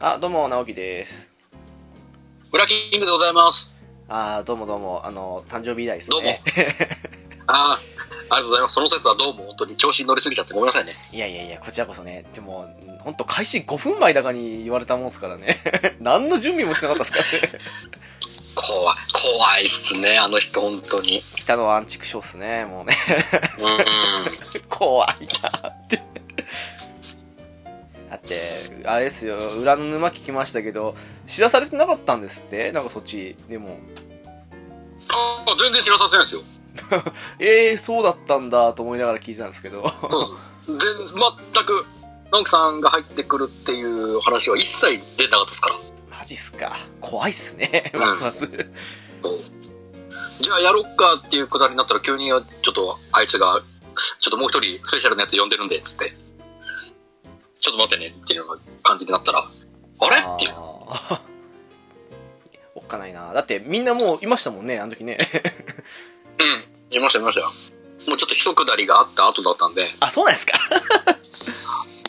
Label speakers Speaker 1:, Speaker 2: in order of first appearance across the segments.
Speaker 1: あ、どうも、直樹です。
Speaker 2: ブラキングでございます。
Speaker 1: あー、どうもどうも、あの、誕生日以来です
Speaker 2: どうも
Speaker 1: ね。。
Speaker 2: ああ、ありがとうございます。その説はどうも本当に調子に乗りすぎちゃってごめんなさいね。
Speaker 1: いやいやいや、こちらこそね、でも、ほんと開始5分前だかに言われたもんですからね。 何の準備もしなかったですから ね。
Speaker 2: 怖い、怖いっすね、あの人本当に。
Speaker 1: 北のアンチクショーっすね、 もうね。
Speaker 2: うんうん。
Speaker 1: 怖いなって。だって、あれですよ、裏の沼聞きましたけど、知らされてなかったんですってなんかそっち、でも。
Speaker 2: ああ、全然知らさせないですよ。
Speaker 1: えー、そうだったんだと思いながら聞いてたんですけど。
Speaker 2: そうです。全全く、直樹さんが入ってくるっていう話は一切出なかったですから。
Speaker 1: マジっすか。怖いっすね。
Speaker 2: うん
Speaker 1: ますます。
Speaker 2: そうじゃあやろっかっていうくだりになったら急にちょっとあいつが、ちょっともう一人スペシャルなやつ呼んでるんで、つって。ちょっと待ってねっていうような感じになったら、あれっていう。
Speaker 1: あー おっかないなだってみんなもういましたもんねあの時ね
Speaker 2: うん、見ました見ましたよ。もうちょっと一下りがあった後だったんで、
Speaker 1: あそうなんですか
Speaker 2: ちょっ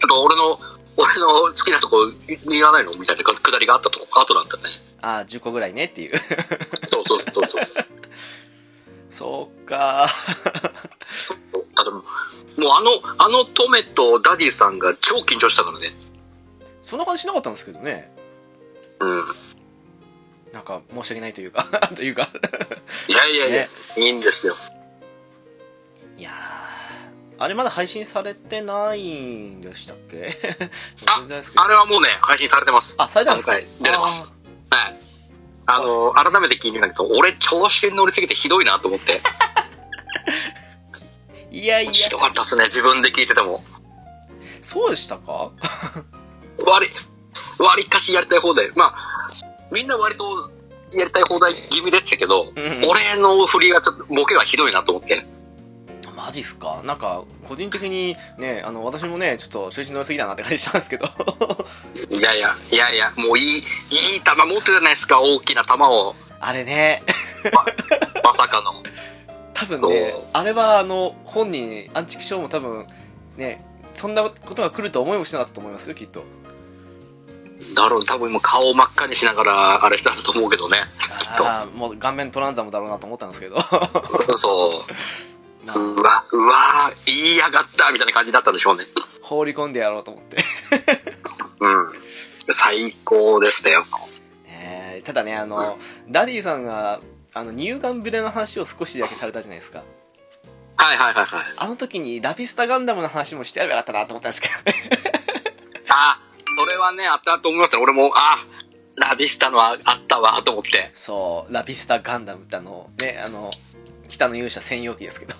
Speaker 2: と俺の、俺の好きなとこ言わないのみたいな下りがあったとこ後なんだったね。
Speaker 1: あー10個ぐらいねっていう
Speaker 2: そうそうそうそうそう。
Speaker 1: そうか
Speaker 2: あともう、あの、あのトメとダディさんが超緊張したからね。
Speaker 1: そんな感じしなかったんですけどね
Speaker 2: うん。
Speaker 1: なんか申し訳ないというか というか
Speaker 2: いやいやいや、いいんですよ。
Speaker 1: いやーあれまだ配信されてないんでしたっ け
Speaker 2: あ
Speaker 1: 全然ですけど
Speaker 2: あれはもうね、配信されてます。
Speaker 1: あされたんですか
Speaker 2: あの回出てます
Speaker 1: あー
Speaker 2: はい。あの、改めて聞いてみたけど、俺調子に乗りすぎてひどいなと思って。
Speaker 1: いやいや
Speaker 2: ひどかったっすね、自分で聞いてても。
Speaker 1: そうでしたか
Speaker 2: 割り、割りかしやりたい放題。まあ、みんな割とやりたい放題気味でしたけど、
Speaker 1: うんうん
Speaker 2: 俺の振りがちょっと、ボケがひどいなと思って。
Speaker 1: マジっすかなんか個人的にねあの私もねちょっと集中乗りすぎだなって感じしたんですけど
Speaker 2: いやいや、いやいや、もういい、いい球持ってるじゃないですか、大きな球を。
Speaker 1: あれね
Speaker 2: まさかの。
Speaker 1: 多分ね
Speaker 2: そう
Speaker 1: あれはあの本人アンチクションも多分ねそんなことが来ると思いもしなかったと思いますよきっと
Speaker 2: だろう、多分今顔を真っ赤にしながら、あれしたと思うけどね。
Speaker 1: ああもう顔面トランザムだろうなと思ったんですけど
Speaker 2: そ
Speaker 1: ま
Speaker 2: う。
Speaker 1: あ
Speaker 2: うわ、うわ、言いやがった、みたいな感じだったんでしょうね。
Speaker 1: 放り込んでやろうと思って
Speaker 2: うん。最高でしたよ。
Speaker 1: ねえただねあのダディさんがあの乳がんブレの話を少しだけされたじゃないですか
Speaker 2: はいはいはいはい。
Speaker 1: あの時にラピスタガンダムの話もしてやればよかったなと思ったんですけど ね
Speaker 2: あ、それはね、あったと思いました。俺も、あ、ラビスタのああったわ、と思って。
Speaker 1: そうラピスタガンダムってあのねあの北の勇者専用機ですけど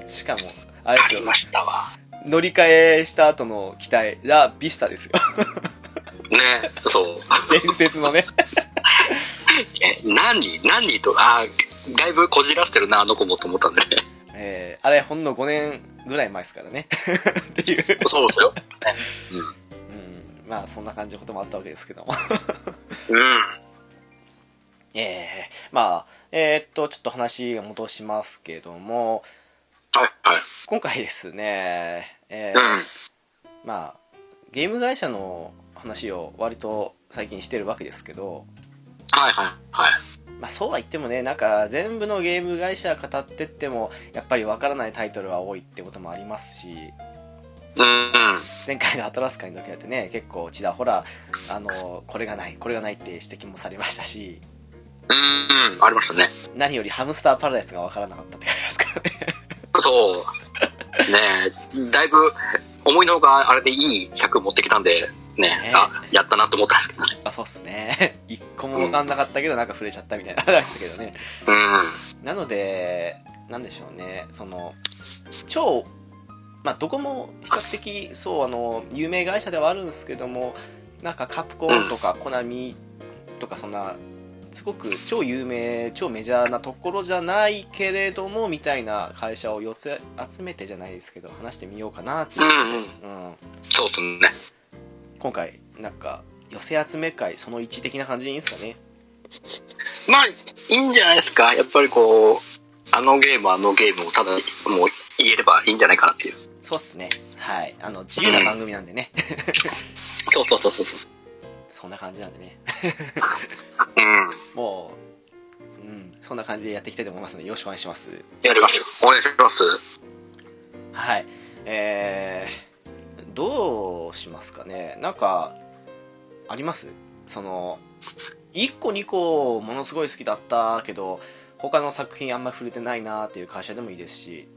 Speaker 2: うん。
Speaker 1: しかもあれで
Speaker 2: あ
Speaker 1: すよ
Speaker 2: りましたわ。
Speaker 1: 乗り換えした後の機体ラ・ビスタですよ
Speaker 2: ね、そう。
Speaker 1: 伝説のね
Speaker 2: え、何何と、あ、だいぶこじらせてるな、あの子もと思ったんでね。
Speaker 1: えーあれほんの5年ぐらい前ですからね っていう、
Speaker 2: そうですよ。
Speaker 1: うん、まあそんな感じのこともあったわけですけども
Speaker 2: うん。
Speaker 1: えーまあえーっとちょっと話を戻しますけども
Speaker 2: はい、はい。
Speaker 1: 今回ですね、え
Speaker 2: う
Speaker 1: ー
Speaker 2: ん。
Speaker 1: まあゲーム会社の話を割と最近してるわけですけど
Speaker 2: はい、はい、はい。
Speaker 1: まあそうは言ってもねなんか全部のゲーム会社語ってってもやっぱりわからないタイトルは多いってこともありますし
Speaker 2: うん。
Speaker 1: 前回のアトラス会の時だってね 結構ちらほらあのこれがないこれがないって指摘もされましたし
Speaker 2: うん。うん。ありましたね。
Speaker 1: 何よりハムスターパラダイスが分からなかったって感 じですからね
Speaker 2: そう。ねだいぶ、思いのほか、あれでいい尺持ってきたんで、ね
Speaker 1: ね
Speaker 2: あ、やったなと思ったんですけどね。
Speaker 1: あそうっすね 一個も分かんなかったけどなんか触れちゃったみたいな話だけどね
Speaker 2: うん。
Speaker 1: なのでなんでしょうねその超まあどこも比較的そうあの有名会社ではあるんですけどもなんかカプコンとかコナミとかそんなすごく超有名超メジャーなところじゃないけれどもみたいな会社を4つ集めてじゃないですけど話してみようかなっていうう、
Speaker 2: ん、う
Speaker 1: う
Speaker 2: ん。
Speaker 1: ん、
Speaker 2: そうっすね。
Speaker 1: 今回なんか寄せ集め会その1的な感じでいいんですかね
Speaker 2: まあ、いいんじゃないですか。やっぱりこう、あのゲーム、あのゲームをただ、もう言えればいいんじゃないかなっていう。
Speaker 1: そうっすねはいあの自由な番組なんでね
Speaker 2: そうそうそうそうそ
Speaker 1: そんな感じなんでね
Speaker 2: う。うん。
Speaker 1: もううんそんな感じでやっていきたいと思いますのでよろしくお願いします
Speaker 2: やります。お願いします。
Speaker 1: はいえー、どうしますかねなんかありますその1個2個ものすごい好きだったけど他の作品あんまり触れてないなっていう会社でもいいですし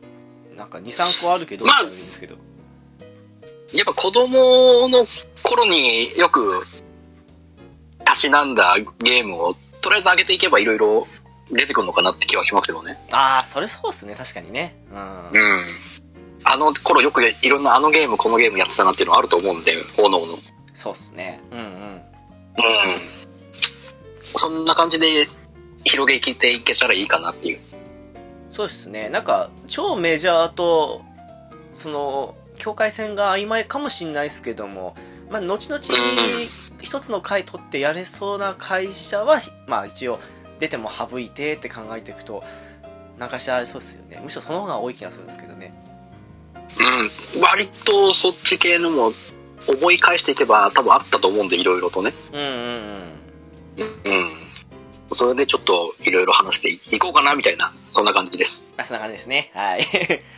Speaker 1: なんか23個あるけど
Speaker 2: まあ
Speaker 1: でもいいんですけど、
Speaker 2: やっぱ子供の頃によく、たしなんだゲームを、とりあえず上げていけばいろいろ出てくるのかなって気はしますけどね。
Speaker 1: ああそれそうっすね確かにねうん
Speaker 2: うん。あの頃よくいろんなあのゲーム、このゲームやってたなっていうのはあると思うんで、おのおの。うん。
Speaker 1: そうっすねうんうん
Speaker 2: そんな感じで広げていけたらいいかなっていう。
Speaker 1: そうですね、なんか超メジャーとその境界線が曖昧かもしれないですけども、まあ、後々一つの回取ってやれそうな会社は、まあ、一応出ても省いてって考えていくと、なんかしらありそうですよね、むしろその方が多い気がするんですけどね、
Speaker 2: うん。割とそっち系のも思い返していけば多分あったと思うんで、いろいろとね。
Speaker 1: うんうん
Speaker 2: うん。それでちょっといろいろ話していこうかなみたいな、そんな感じです。
Speaker 1: うん、あそんな感じですね、はい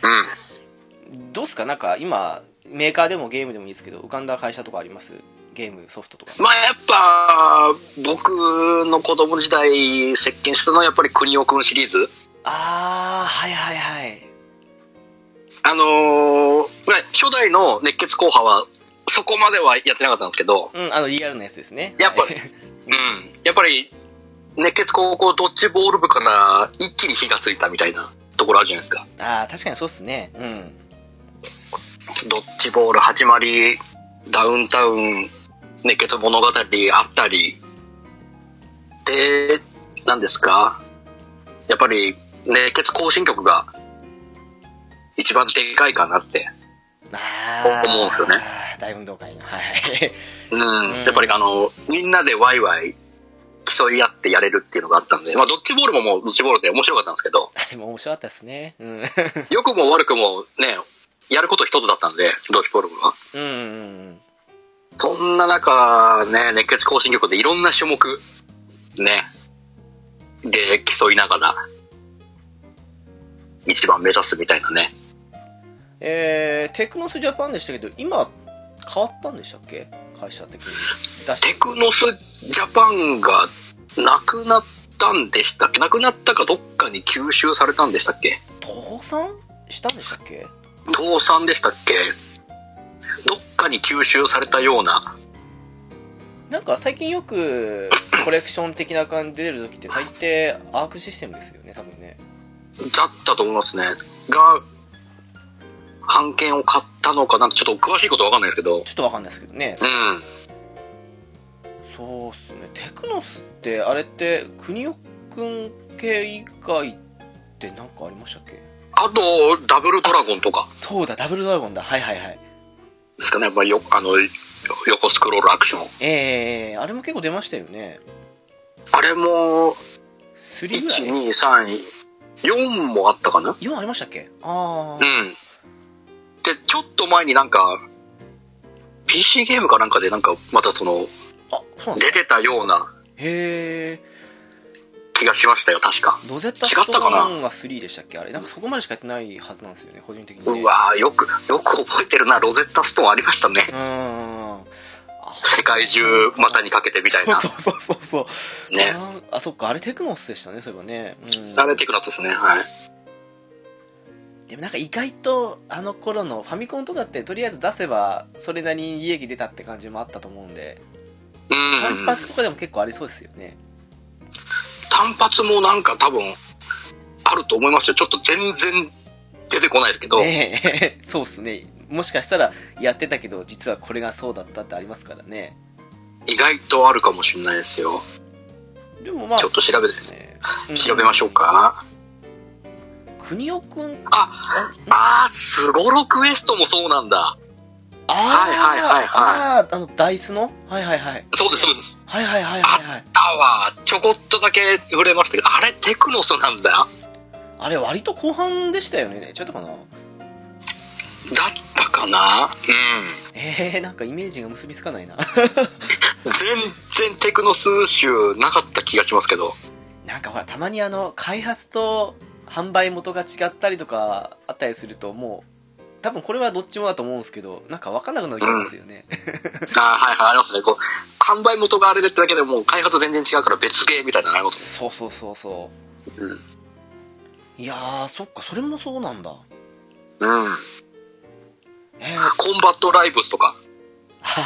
Speaker 2: うん。
Speaker 1: どうですか、なんか今、メーカーでもゲームでもいいですけど、浮かんだ会社とかあります、ゲーム、ソフトとか。
Speaker 2: まあやっぱ、僕の子供時代接見したのはやっぱり国尾くんシリーズ。
Speaker 1: あー、はいはいはい、
Speaker 2: あのーまあ初代の熱血硬派はそこまではやってなかったんですけど、
Speaker 1: うん、あのリアルなやつですね。
Speaker 2: やっぱ
Speaker 1: はい
Speaker 2: りうん。やっぱり、熱血高校ドッジボール部から一気に火がついたみたいなところあるじゃないですか。
Speaker 1: ああ確かにそうっすねうん
Speaker 2: ドッジボール始まり、ダウンタウン、熱血物語あったり、で、何ですかやっぱり熱血行進曲が一番でかいかなって。
Speaker 1: ああ
Speaker 2: 思うんすよね
Speaker 1: 大運動会のはい
Speaker 2: うん。
Speaker 1: ん
Speaker 2: やっぱりあの、みんなでワイワイ競い合ってやれるっていうのがあったんで、まあドッジボールももうドッジボールで面白かったんですけ ど、
Speaker 1: あれも面白かったですねうん うん
Speaker 2: 良くも悪くもね、やること一つだったんで、ドッジボールは。
Speaker 1: うんうん
Speaker 2: そんな中、ね、熱血行進曲でいろんな種目、ね、で競いながら、一番目指すみたいなね。
Speaker 1: えー、テクノスジャパンでしたけど今変わったんでしたっけ会社的に出して
Speaker 2: テクノスジャパンがなくなったんでしたっけなくなったかどっかに吸収されたんでしたっけ
Speaker 1: 倒産したんでしたっけ
Speaker 2: 倒産でしたっけどっかに吸収されたような。
Speaker 1: なんか最近よくコレクション的な感じで出る時って大抵アークシステムですよね多分ね
Speaker 2: だったと思いますね。が、版権を買ったのかなちょっと詳しいことはわかんないですけど。
Speaker 1: ちょっとわかんないですけどね
Speaker 2: うん。
Speaker 1: そうっすねテクノスってあれって国尾くん系以外って何かありましたっけ
Speaker 2: あと、ダブルドラゴンとか
Speaker 1: そうだダブルドラゴンだはいはいはい
Speaker 2: ですかね。まあ、よ、あの、よ横スクロールアクション。
Speaker 1: えー、あれも結構出ましたよね
Speaker 2: あれも、
Speaker 1: 3
Speaker 2: 1、
Speaker 1: ぐらい
Speaker 2: 2、3、4もあったかな
Speaker 1: 4ありましたっけあ
Speaker 2: う
Speaker 1: あ
Speaker 2: ん。で、ちょっと前になんか、PC ゲームかなんかでなんか、またその、
Speaker 1: あそうなんだ
Speaker 2: 出てたような
Speaker 1: へえ
Speaker 2: 気がしましたよ、確か。
Speaker 1: ロゼッタ
Speaker 2: 違ったかな
Speaker 1: ストーンが3でしたっけあれなんかそこまでしかやってないはずなんですよね個人的にね
Speaker 2: うわぁ、よく、よく覚えてるな、ロゼッタストーンありましたね。
Speaker 1: うーんあ
Speaker 2: 世界中股にかけてみたいな。
Speaker 1: そうそうそうそうそう
Speaker 2: ね。
Speaker 1: あーあそっかあれテクノスでしたねそういえばね、うん、
Speaker 2: あれテクノスですね。はい。
Speaker 1: でもなんか意外とあの頃のファミコンとかってとりあえず出せばそれなりに利益出たって感じもあったと思うんで単
Speaker 2: うん。
Speaker 1: 発とかでも結構ありそうですよね
Speaker 2: 単発もなんか多分、あると思いますよ。ちょっと全然出てこないですけど。
Speaker 1: ねえそうっすねもしかしたらやってたけど実はこれがそうだったってありますからね
Speaker 2: 意外とあるかもしれないですよ。
Speaker 1: でもまあ
Speaker 2: ちょっと調べて、
Speaker 1: ね
Speaker 2: 調べましょうか。
Speaker 1: うん国尾くん
Speaker 2: あ、
Speaker 1: あん
Speaker 2: あー、スゴロクエストもそうなんだ。
Speaker 1: あー
Speaker 2: はいはいはいは
Speaker 1: あーあのダイスのはいはいはい
Speaker 2: そうです、そうです。
Speaker 1: はいはいはいはいはい
Speaker 2: タワー、ちょこっとだけ触れましたけど、あれテクノスなんだ。だ
Speaker 1: あれ割と後半でしたよねちょっとかな
Speaker 2: ったかかな
Speaker 1: えー、なんかイメージが結びつかないな
Speaker 2: うん。全然テクノ数集なかった気がしますけ ど。
Speaker 1: なんかほらたまにあの開発と販売元が違ったりとかあったりするともう多分これはどっちもだと思うんですけどなんか分かんなくなる気がしますよね、
Speaker 2: あーはいはい、ありますね。こう、販売元があれでってだけでもう開発全然違うから別ゲーみたいなのあります
Speaker 1: そうそうそうそうう、いやーそっかそれもそうなんだ
Speaker 2: ね。うん。
Speaker 1: えー
Speaker 2: コンバットライブスとか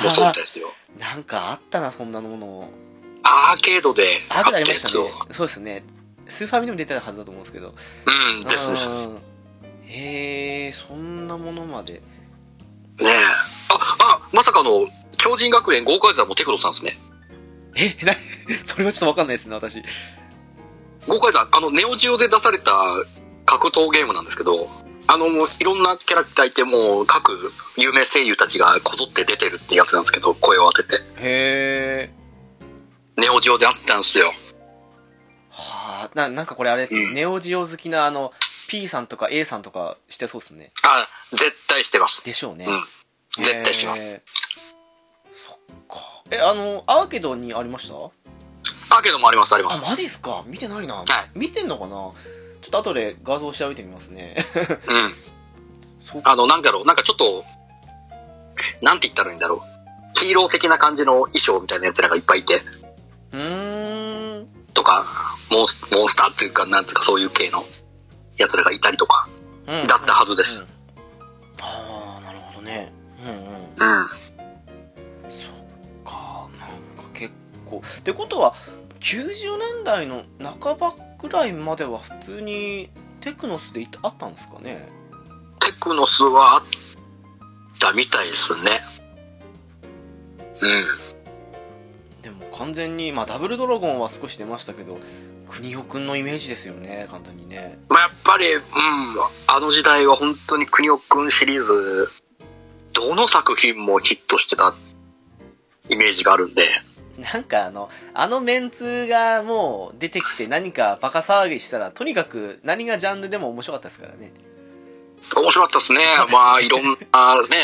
Speaker 2: もそうみたいですよ。
Speaker 1: なんかあったなそんなもの
Speaker 2: アーケードで
Speaker 1: あ
Speaker 2: あ
Speaker 1: く
Speaker 2: っ
Speaker 1: な
Speaker 2: た
Speaker 1: り
Speaker 2: や
Speaker 1: ました
Speaker 2: つを。
Speaker 1: ねそうですねスーファミでも出てたはずだと思うんですけど
Speaker 2: うん、ですです。ね
Speaker 1: うんへえそんなものまで
Speaker 2: え。あ、あ、まさかの、超人学園豪華座もテクノさんですね。
Speaker 1: えな それはちょっと分かんないですね私
Speaker 2: 豪快だあのネオジオで出された格闘ゲームなんですけどあのもういろんなキャラクターいてもう各有名声優たちがこぞって出てるってやつなんですけど声を当てて
Speaker 1: へえ
Speaker 2: ネオジオであったんですよ
Speaker 1: はあななんかこれあれですね、
Speaker 2: うん
Speaker 1: ネオジオ好きなあの P さんとか A さんとかしてそうですね
Speaker 2: あ絶対してます
Speaker 1: でしょうね、
Speaker 2: うん絶対します
Speaker 1: へーそっかえあのアーケードにありました
Speaker 2: アーケードもありますありま
Speaker 1: あ
Speaker 2: す
Speaker 1: マジっすか見てないな、
Speaker 2: い
Speaker 1: 見てんのかなちょっと後で画像調べてみますね
Speaker 2: うん
Speaker 1: そう
Speaker 2: あのなんだろうなんかちょっとなんて言ったらいいんだろうヒーロー的な感じの衣装みたいなやつらがいっぱいいて
Speaker 1: うーん
Speaker 2: とかモンスモンスターっていうかなんていうかそういう系のやつらがいたりとか
Speaker 1: うん
Speaker 2: だったはずで
Speaker 1: う
Speaker 2: す
Speaker 1: んああなるほどねうんうん
Speaker 2: うん
Speaker 1: そっかなんか結構ってことは90年代の半ばくらいまでは普通にテクノスでいたあったんですかね
Speaker 2: テクノスはあったみたいですね。うん。
Speaker 1: でも完全にまあダブルドラゴンは少し出ましたけど国尾くんのイメージですよね簡単にね
Speaker 2: まあ、やっぱり、うん、あの時代は本当に国尾くんシリーズ、どの作品もヒットしてたイメージがあるんで、
Speaker 1: なんかあの、あのメンツがもう出てきて何かバカ騒ぎしたら、とにかく何がジャンルでも面白かったですからね。
Speaker 2: 面白かったですね。まあ、いろんなね、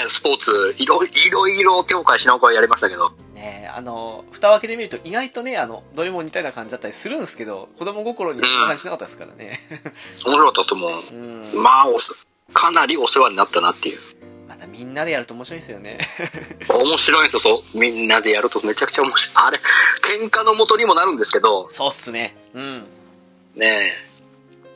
Speaker 2: スポーツ、いろいろいろ手を変え品を変えやりましたけど、
Speaker 1: ねえあの、蓋を開けてみると意外とね、あの、どれも似たような感じだったりするんですけど、子供心にそんな感じしなかったですからね。
Speaker 2: 面白かったですもん。
Speaker 1: うん。
Speaker 2: まあ、お世かなりお世話になったなっていう。
Speaker 1: またみんなでやると面白いですよね。
Speaker 2: 面白いんですよ、そう。みんなでやるとめちゃくちゃ面白い。あれ、喧嘩の元にもなるんですけ ど、
Speaker 1: そうっすね。うん。
Speaker 2: ねえ。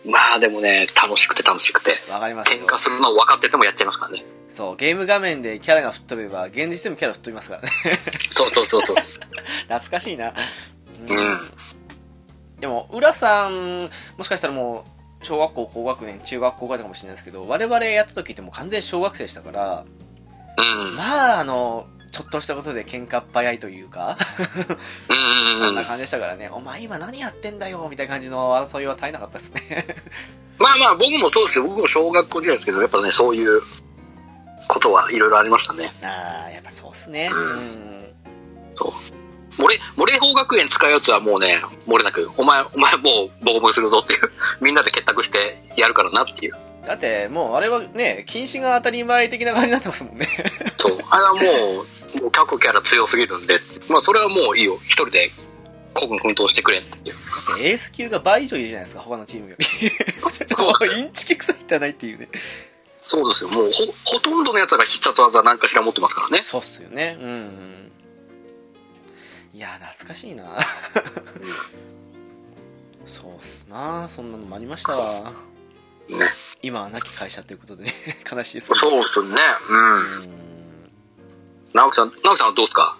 Speaker 2: まあでもね、楽しくて楽しくて。
Speaker 1: わかります
Speaker 2: 喧
Speaker 1: よ。
Speaker 2: 嘩するの分かっててもやっちゃいますからね。
Speaker 1: そう、ゲーム画面でキャラが吹っ飛べば、現実でもキャラ吹っ飛びますからね。
Speaker 2: そうそうそうそう。
Speaker 1: 懐かしいな。
Speaker 2: うん
Speaker 1: でも、浦さん、もしかしたらもう、小学校、高学年、中学校ぐらいかもしれないですけど、我々やった時ってもう完全に小学生でしたから、
Speaker 2: うん。
Speaker 1: まあ、あの、ちょっとしたことで喧嘩っ早いというか、
Speaker 2: うんうん
Speaker 1: そ
Speaker 2: うんん。
Speaker 1: な
Speaker 2: まあ
Speaker 1: 感じでしたからね、お前今何やってんだよ、みたいな感じの争いは絶えなかったですね。
Speaker 2: まあ僕もそうですよ。僕も小学校時代ですけど、やっぱね、そういうことはいろいろありましたね。
Speaker 1: ああ、やっぱそうっすね。
Speaker 2: うん
Speaker 1: うん。
Speaker 2: 漏れ、漏れ法学園使うやつはもうね、漏れなく、お前、お前もうボコボコにするぞっていう、みんなで結託してやるからなっていう。
Speaker 1: だって、もうあれはね、禁止が当たり前的な感じになってますもんね。
Speaker 2: そう。あれはもう、もう各キャラ強すぎるんで、まあそれはもういいよ。一人で、孤軍奮闘してくれっていう。
Speaker 1: だってエース級が倍以上いるじゃないですか、他のチームより。
Speaker 2: そうですよ
Speaker 1: インチキ臭いってないっていうね。
Speaker 2: そうですよ。もうほ、ほとんどのやつが必殺技なんかしら持ってますからね。
Speaker 1: そうっすよね。うんうん。いや、懐かしいな。そうっすな。そんなのもありましたわ。
Speaker 2: ね。
Speaker 1: 今は亡き会社ということでね、 悲しいですけど。
Speaker 2: そうっすね。うん。
Speaker 1: うん
Speaker 2: 直樹さん、直樹さんはどうっすか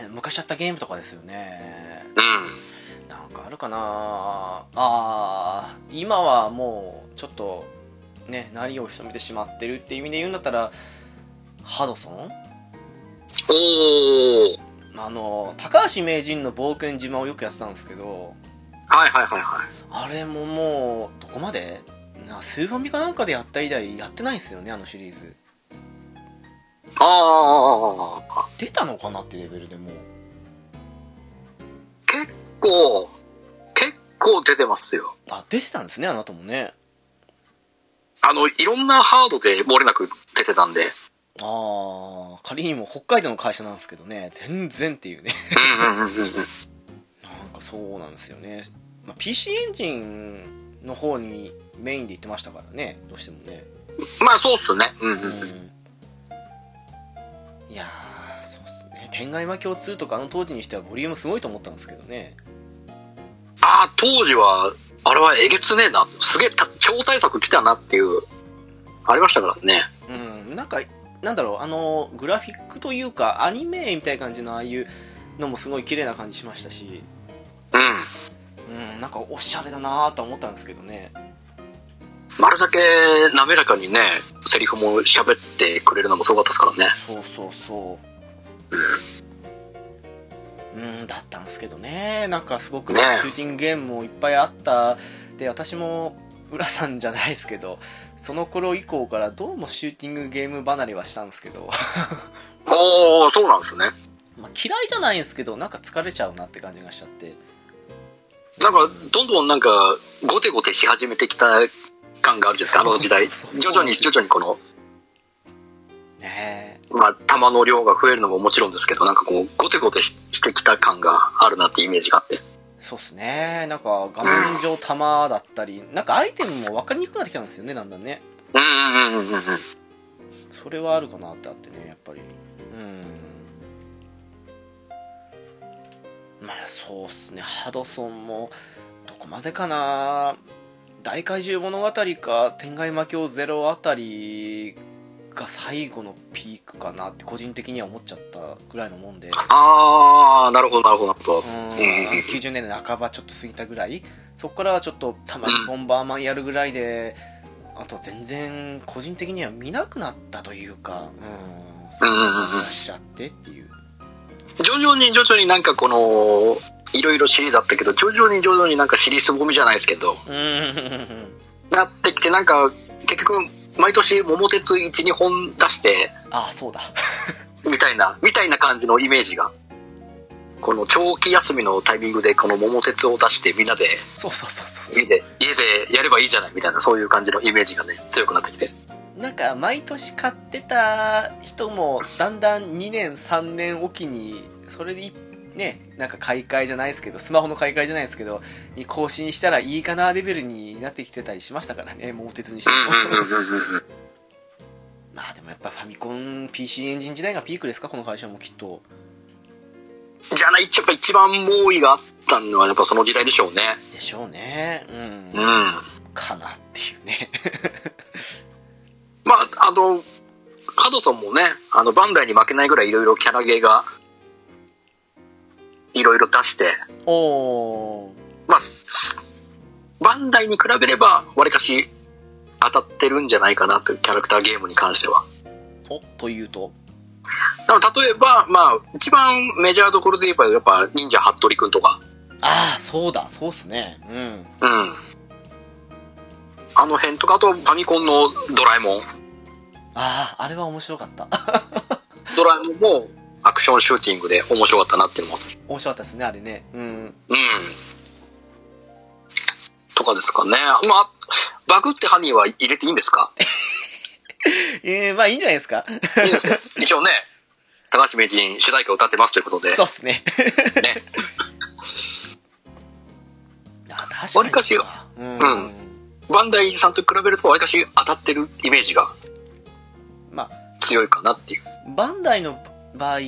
Speaker 1: へえ昔やったゲームとかですよね。
Speaker 2: うん。
Speaker 1: なんかあるかなあー今はもうちょっとね何を潜めてしまってるって意味で言うんだったらハドソン
Speaker 2: おー。
Speaker 1: あの高橋名人の冒険島をよくやってたんですけど
Speaker 2: はいはいはいはい。
Speaker 1: あれももうどこまでなスーファミかなんかでやった以来やってないんですよねあのシリーズ
Speaker 2: あー。
Speaker 1: 出たのかなってレベルでもう
Speaker 2: 結構、結構出てますよ。
Speaker 1: あ出てたんですねあなたもね
Speaker 2: あの、いろんなハードで漏れなく出てたんで。
Speaker 1: ああ、仮にも北海道の会社なんですけどね、全然っていうね。
Speaker 2: うんうんうんうんうん。
Speaker 1: なんかそうなんですよね。まあ、PC エンジンの方にメインで行ってましたからね、どうしてもね。
Speaker 2: まあそうっすね。うんうんうん。
Speaker 1: いやー、そうっすね。天外魔境2とかあの当時にしてはボリュームすごいと思ったんですけどね。
Speaker 2: ああ、当時は、あれはえげつねえな。すげえた超大作来たなっていう、ありましたからね。
Speaker 1: うん、なんか、なんだろう、あの、グラフィックというか、アニメみたいな感じのああいうのもすごい綺麗な感じしましたし、
Speaker 2: うん。
Speaker 1: うん、なんかおしゃれだなーとは思ったんですけどね。
Speaker 2: 丸だけ滑らかにね、セリフも喋ってくれるのもすごかったですからね。
Speaker 1: そうそうそう。うん、だったんですけどね、なんかすごく、
Speaker 2: ねえ
Speaker 1: 囚人ゲームもいっぱいあった。で、私も、浦さんじゃないですけど、その頃以降からどうもシューティングゲーム離れはしたんですけど、
Speaker 2: おー、そうなんですね。
Speaker 1: まあ嫌いじゃないんですけど、なんか疲れちゃうなって感じがしちゃって。
Speaker 2: なんか、どんどんなんか、ゴテゴテし始めてきた感があるじゃないですか、あの時代
Speaker 1: そう。
Speaker 2: 徐々に徐々にこの、
Speaker 1: ね
Speaker 2: まあ、弾の量が増えるのももちろんですけど、なんかこう、ゴテゴテししてきた感があるなってイメージがあって。
Speaker 1: え、そうっすね。なんか画面上弾だったり、なんかアイテムも分かりにくくなってきたんですよね、だんだんね。
Speaker 2: うんうんうんうんうん。
Speaker 1: それはあるかなってあってねやっぱりうんまあそうっすねハドソンもどこまでかな大怪獣物語か天外魔境ゼロあたりが最後のピークかなって個人的には思っちゃったぐらいのもんで
Speaker 2: あー、なるほどなるほどなるほど
Speaker 1: う。ん90年代半ばちょっと過ぎたぐらいそこからはちょっとたまにボンバーマンやるぐらいであと全然個人的には見なくなったというかうんそ
Speaker 2: うんうんうんうん
Speaker 1: うしちゃってっていう
Speaker 2: 徐々に徐々になんかこの、いろいろシリーズあったけど、徐々に徐々になんかシリーズゴミじゃないですけど、
Speaker 1: うん
Speaker 2: なってきてなんか、結局、毎年桃鉄1、2本出して、
Speaker 1: ああそうだ
Speaker 2: みたいな、みたいな感じのイメージが。この長期休みのタイミングでこの桃鉄を出してみんなで
Speaker 1: そうそうそうそうそ
Speaker 2: 家で家でやればいいじゃないみたいなそういう感じのイメージがね強くなってきて
Speaker 1: うなんか毎年買ってた人もだんだん2年3年おきにそれでいねなんか買い替えじゃないですけどスマホの買い替えじゃないですけどに更新したらいいかなレベルになってきてたりしましたからね桃鉄にしてもまあでもやっぱファミコン PC エンジン時代がピークですかこの会社もきっと
Speaker 2: じゃあないやっぱ一番猛威があったのはやっぱその時代でしょうね
Speaker 1: でしょうねうん
Speaker 2: うんま
Speaker 1: かなっていうね
Speaker 2: ああのハドソンもねあのバンダイに負けないぐらいいろいろキャラゲーがいろいろ出して
Speaker 1: おー
Speaker 2: まあすバンダイに比べればわりかし当たってるんじゃないかなというキャラクターゲームに関しては
Speaker 1: おというと
Speaker 2: だから例えばまあ一番メジャーどころで言えばやっぱ忍者服部くんとか
Speaker 1: ああそうだそうっすねうん
Speaker 2: うん。あの辺とか、あとファミコンのドラえもん。
Speaker 1: あああれは面白かった
Speaker 2: ドラえもんもアクションシューティングで面白かったなっていうのも。
Speaker 1: 面白かったですねあれねうん
Speaker 2: うん。とかですかね。まあ、バグってハニーは入れていいんですか
Speaker 1: えー、まあいいんじゃないですか
Speaker 2: いいんです か一応ね、高橋名人主題歌を歌ってますということで、
Speaker 1: そうっすね
Speaker 2: ね。
Speaker 1: あ確
Speaker 2: わりかし
Speaker 1: うん、
Speaker 2: うんバンダイさんと比べるとわりかし当たってるイメージが
Speaker 1: まあ
Speaker 2: 強いかな っていう。
Speaker 1: バンダイの場合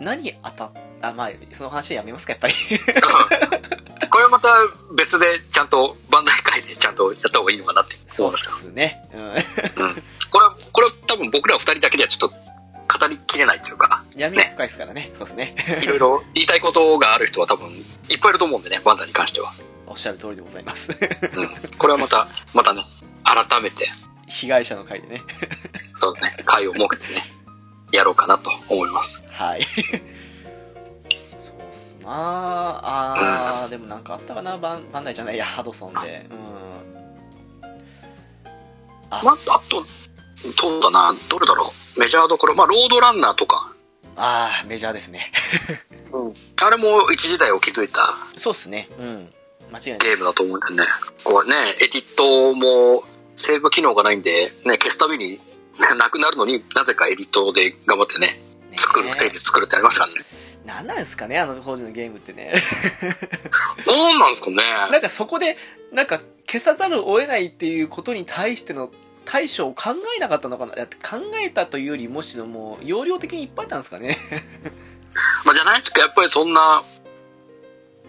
Speaker 1: 何当たっあまあその話はやめますかやっぱり
Speaker 2: うんこれはまた別でちゃんとバンダイ界でちゃんとやった方がいいのかなって思いました。
Speaker 1: すねうん
Speaker 2: これは、これは多分僕ら二人だけではちょっと語りきれないというか、
Speaker 1: 闇が深いですからね、そうですね。
Speaker 2: いろいろ言いたいことがある人は多分いっぱいいると思うんでね、バンダに関しては。
Speaker 1: おっしゃる通りでございます。
Speaker 2: うん。これはまた、またね、改めて、
Speaker 1: 被害者の会でね。
Speaker 2: そうですね、会を設けてね、やろうかなと思います。
Speaker 1: はい。そうっすなああー、でもなんかあったかな、バンバンダイじゃない、いや、ハドソンで。うん。
Speaker 2: まあ、あと、どうだな、どれだろう。メジャーどころ、まあ、ロードランナーとか、
Speaker 1: ああ、メジャーですね。
Speaker 2: あれも一時代を築いた
Speaker 1: そうっすね。うん。間違いない。
Speaker 2: ゲームだと思うんだよね。こうね、エディットもセーブ機能がないんで、ね、消すたびになくなるのになぜかエディトで頑張ってね、
Speaker 1: ね
Speaker 2: 作る、ステージ作るってありますからね。
Speaker 1: なんなんですかね、あの当時のゲームってね。
Speaker 2: そうなんですかね。
Speaker 1: なんかそこで、なんか消さざるを得ないっていうことに対しての対処を考えなかったのかな。だって考えたというより、むしろもう容量的にいっぱいあったんですかね。
Speaker 2: まあ、じゃないですか、やっぱりそんな、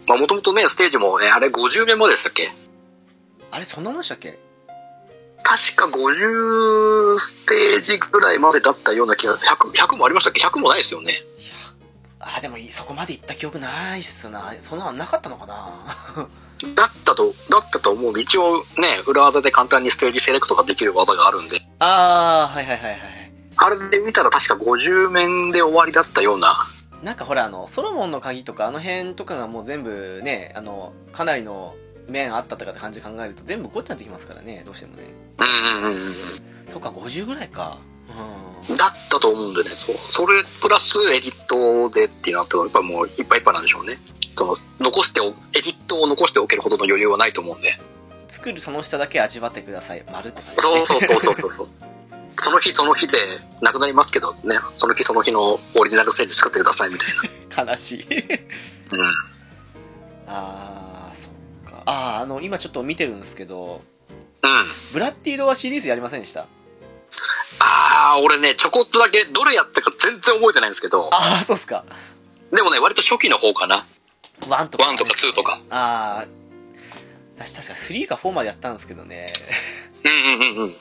Speaker 2: まあ、もともとね、ステージも、えあれ50年まででしたっけ
Speaker 1: あれ、そんなもんでしたっけ
Speaker 2: 確か50ステージぐらいまでだったような気が、100、100もありましたっけ ?100 もないですよね。
Speaker 1: あ、でもいいそこまで行った記憶ないっすな。そんなのなかったのかな。
Speaker 2: だったと、だったと思う。一応ね、裏技で簡単にステージセレクトができる技があるんで、
Speaker 1: あー、はいはいはいはい。
Speaker 2: あれで見たら確か50面で終わりだったような。
Speaker 1: なんかほらあのソロモンの鍵とかあの辺とかがもう全部ねあのかなりの面あったとかって感じで考えると全部ごっちゃになってきますからねどうしてもね
Speaker 2: うんうんうんうん。
Speaker 1: そっか50ぐらいかうん
Speaker 2: だったと思うんでね、そうそれプラスエディットでっていうのは、やっぱもういっぱいいっぱいなんでしょうね。その、残してお、エディットを残しておけるほどの余裕はないと思うんで。
Speaker 1: 作る楽しさだけ味わってください丸って感じです
Speaker 2: そ
Speaker 1: ね
Speaker 2: うそうそうそうそうそう。 その日その日でなくなりますけどね、その日その日のオリジナルステージ作ってくださいみたい
Speaker 1: 悲しい
Speaker 2: な。うん。
Speaker 1: あーそっかあーあの今ちょっと見てるんですけど
Speaker 2: うん。
Speaker 1: ブラッディードはシリーズやりませんでした
Speaker 2: ああ、俺ね、ちょこっとだけどれやったか全然覚えてないんですけど、
Speaker 1: ああそうっすか
Speaker 2: でもね、割と初期の方かな。
Speaker 1: ワンとか、
Speaker 2: 1とか2とか。
Speaker 1: ああ私確か3か4までやったんですけどね
Speaker 2: うんうんうんうん。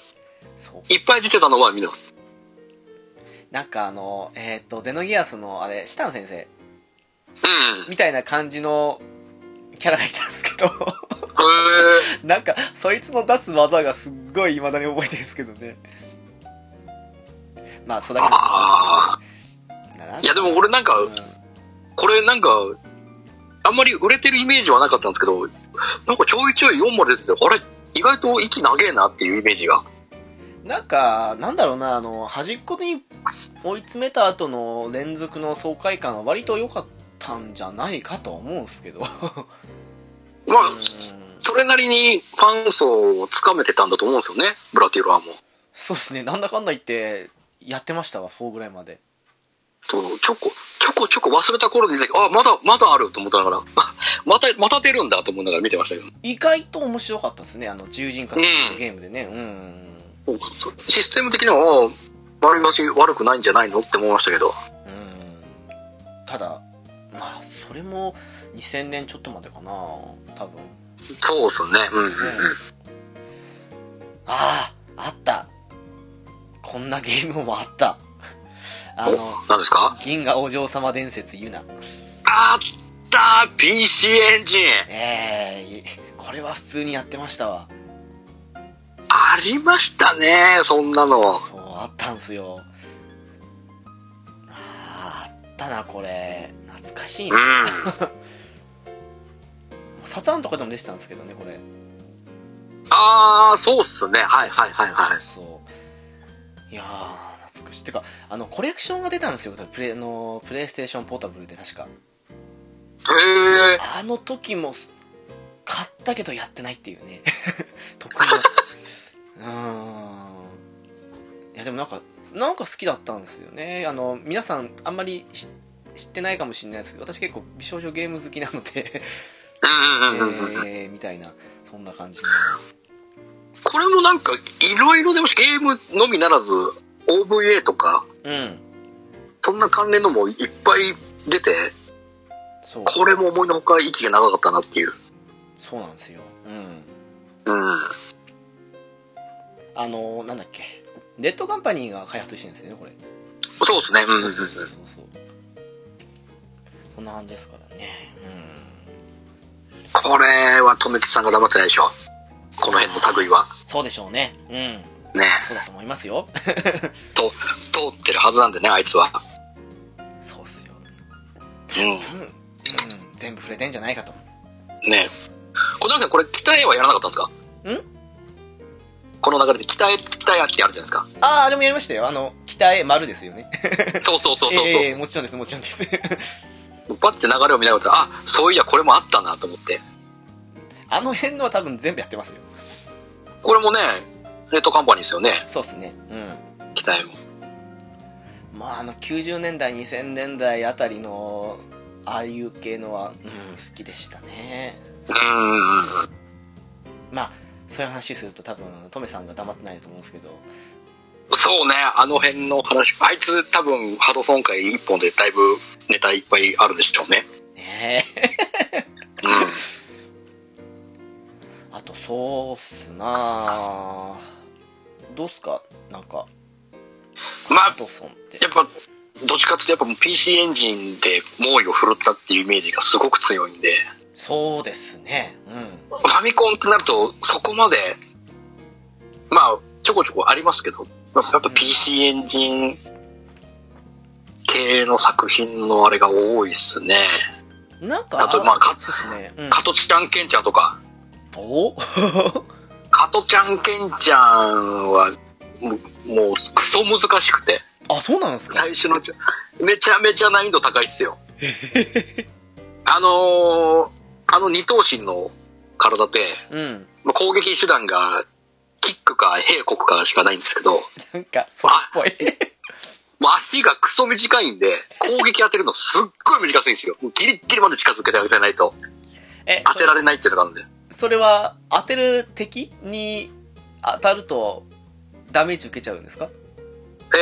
Speaker 1: そう
Speaker 2: いっぱい出てたのは見てます。
Speaker 1: なんかあの、えっ、と、ゼノギアスのあれ、シタン先生
Speaker 2: うんうん。へ
Speaker 1: みたいな感じのキャラがいたんですけど、
Speaker 2: え。
Speaker 1: なんか、そいつの出す技がすっごい未だに覚えてるんですけどね。まあ、それだけの話
Speaker 2: あ
Speaker 1: ですけどねな
Speaker 2: あ。いやでも俺なんか、
Speaker 1: うん
Speaker 2: これなんか、あんまり売れてるイメージはなかったんですけど、なんかちょいちょい4まで出てて、あれ意外と息長えなっていうイメージが。
Speaker 1: なんか、なんだろうな、あの、端っこに追い詰めた後の連続の爽快感は割と良かったんじゃないかと思うんですけど。
Speaker 2: まあ、
Speaker 1: うん
Speaker 2: それなりにファン層をつかめてたんだと思うんですよね、ブラティロアも。
Speaker 1: そうですね、なんだかんだ言って、やってましたわ、4ぐらいまで。
Speaker 2: そう、ちょこ、ちょこちょこ忘れた頃に出てきてあ、まだ、まだあると思ったながら、 また、また出るんだと思いながら見てましたけど。
Speaker 1: 意外と面白かったですね、あの、獣人化するゲームでね。うん。
Speaker 2: そうそうシステム的には、あ割り箸悪くないんじゃないのって思いましたけど。
Speaker 1: うん。ただ、まあ、それも2000年ちょっとまでかな、多分。
Speaker 2: そうっすね。うんうんうん。
Speaker 1: ああ、あった。こんなゲームもあった。あの、
Speaker 2: 何ですか
Speaker 1: 銀河お嬢様伝説ユナ。
Speaker 2: あった !PC エンジン
Speaker 1: ええこれは普通にやってましたわ。
Speaker 2: ありましたね、そんなの。
Speaker 1: そう、あったんすよ。ああ、あったな、これ。懐かしいな。
Speaker 2: うん。
Speaker 1: サタンとかでも出てたんですけどね、これ。
Speaker 2: あー、そうっすね。はいはいはいはい。
Speaker 1: そう。いやー、懐かしい。てか、あの、コレクションが出たんですよ、プレあのプレイステーションポータブルで確か。
Speaker 2: へえ。
Speaker 1: あの時もす、買ったけどやってないっていう ね。特に。うーん。いや、でもなんか、なんか好きだったんですよね。あの、皆さん、あんまりし知ってないかもしれないですけど、私結構美少女ゲーム好きなので、
Speaker 2: うんうんうんうん。
Speaker 1: えー、みたいな、そんな感じの。
Speaker 2: これもなんか、いろいろでもしゲームのみならず、OVA とか、
Speaker 1: うん。
Speaker 2: そんな関連のもいっぱい出て、
Speaker 1: そう、
Speaker 2: これも思いのほか息が長かったなっていう。
Speaker 1: そうなんですよ。うん。
Speaker 2: うん。
Speaker 1: あのなんだっけネットカンパニーが開発してるんですよねこれ
Speaker 2: そうですね。うんうんう
Speaker 1: そ
Speaker 2: ん
Speaker 1: う。そうそうそんな感じですからねうん
Speaker 2: これは、とめきさんが黙ってないでしょ。この辺の類は。
Speaker 1: そうでしょうねうん
Speaker 2: ね。
Speaker 1: そうだと思いますよ
Speaker 2: 通ってるはずなんでね、あいつは。
Speaker 1: そうっすよ
Speaker 2: うん。
Speaker 1: うん、うん、全部触れてんじゃないかと
Speaker 2: ねこれなんかこれ、北へはやらなかったんですかこの流れで北へ、北へってあるじゃないです か。
Speaker 1: あああれもやりましたよあの北へ丸ですよね
Speaker 2: そうそうそうそうそう。
Speaker 1: ええもちろんですもちろんです
Speaker 2: バッて流れを見ながら、あ、そういや、これもあったなと思って。
Speaker 1: あの辺のは多分全部やってますよ
Speaker 2: これもね、ネットカンパニーですよね。
Speaker 1: そうっすねうん
Speaker 2: 北代も。
Speaker 1: まああの90年代2000年代あたりのああいう系のは、うん、好きでしたね
Speaker 2: うんうんうん。
Speaker 1: まあそういう話すると多分トメさんが黙ってないと思うんですけど
Speaker 2: そうね、あの辺の話。あいつ多分ハドソン会一本でだいぶネタいっぱいあるんでしょうね。
Speaker 1: ねえ
Speaker 2: うん。
Speaker 1: あとそうっすなどうっすかなんか
Speaker 2: ま
Speaker 1: ハ
Speaker 2: あ、
Speaker 1: ドソンって
Speaker 2: やっぱ、どっちかっていうとやっぱ PC エンジンで猛威を振るったっていうイメージがすごく強いんで、
Speaker 1: そうですねうん
Speaker 2: ファミコンってなるとそこまで、まあ、ちょこちょこありますけど、やっぱ PC エンジン系の作品のあれが多いっすね。
Speaker 1: なんか、
Speaker 2: あとまあか
Speaker 1: そうですね。うん、
Speaker 2: カトちゃんケンちゃんとか、
Speaker 1: お
Speaker 2: 加トちゃん、ケンちゃんは、もう、もうクソ難しくて、
Speaker 1: あ、そうなんですか
Speaker 2: 最初のうち、めちゃめちゃ難易度高いっすよ。 あのーあの二頭身の体で、
Speaker 1: うん。
Speaker 2: まあ攻撃手段が、キックか、平国かしかないんですけど、
Speaker 1: なんか、そうっぽい。
Speaker 2: もう足がクソ短いんで、攻撃当てるのすっごい難しいんですよ。もうギリギリまで近づけてあげてないと、
Speaker 1: え、
Speaker 2: 当てられないっていうのがあるんで。
Speaker 1: そそれは、当てる敵に当たると、ダメージ受けちゃうんですか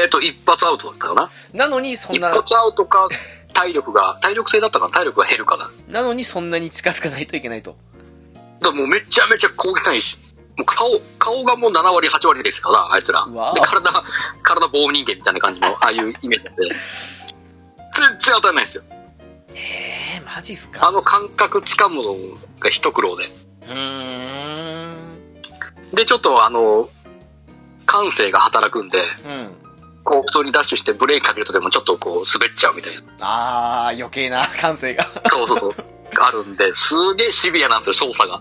Speaker 2: えっ、と、一発アウトだったかな
Speaker 1: なのに、そん
Speaker 2: 一
Speaker 1: な、
Speaker 2: 発アウトか、体力が、体力制だったかな体力が減るかな
Speaker 1: なのにそんなに近づかないといけないと。
Speaker 2: だからもうめちゃめちゃ攻撃ないし、もう顔、顔がもう7割、8割ですから、あいつら。
Speaker 1: うわ
Speaker 2: で、体、体棒人間みたいな感じの、ああいうイメージなんで。全然当たらないですよ。
Speaker 1: えー、マジっす
Speaker 2: あ
Speaker 1: か
Speaker 2: の感覚つかむのが一苦労で。
Speaker 1: うーん。
Speaker 2: で、ちょっとあの、感性が働くんで、
Speaker 1: うん。
Speaker 2: こう、普通にダッシュしてブレーキかけるとでもちょっとこう、滑っちゃうみたいな。
Speaker 1: あー、余計な感性が。 あ
Speaker 2: そうそうそう。あるんで、すげえシビアなんですよ、操作が。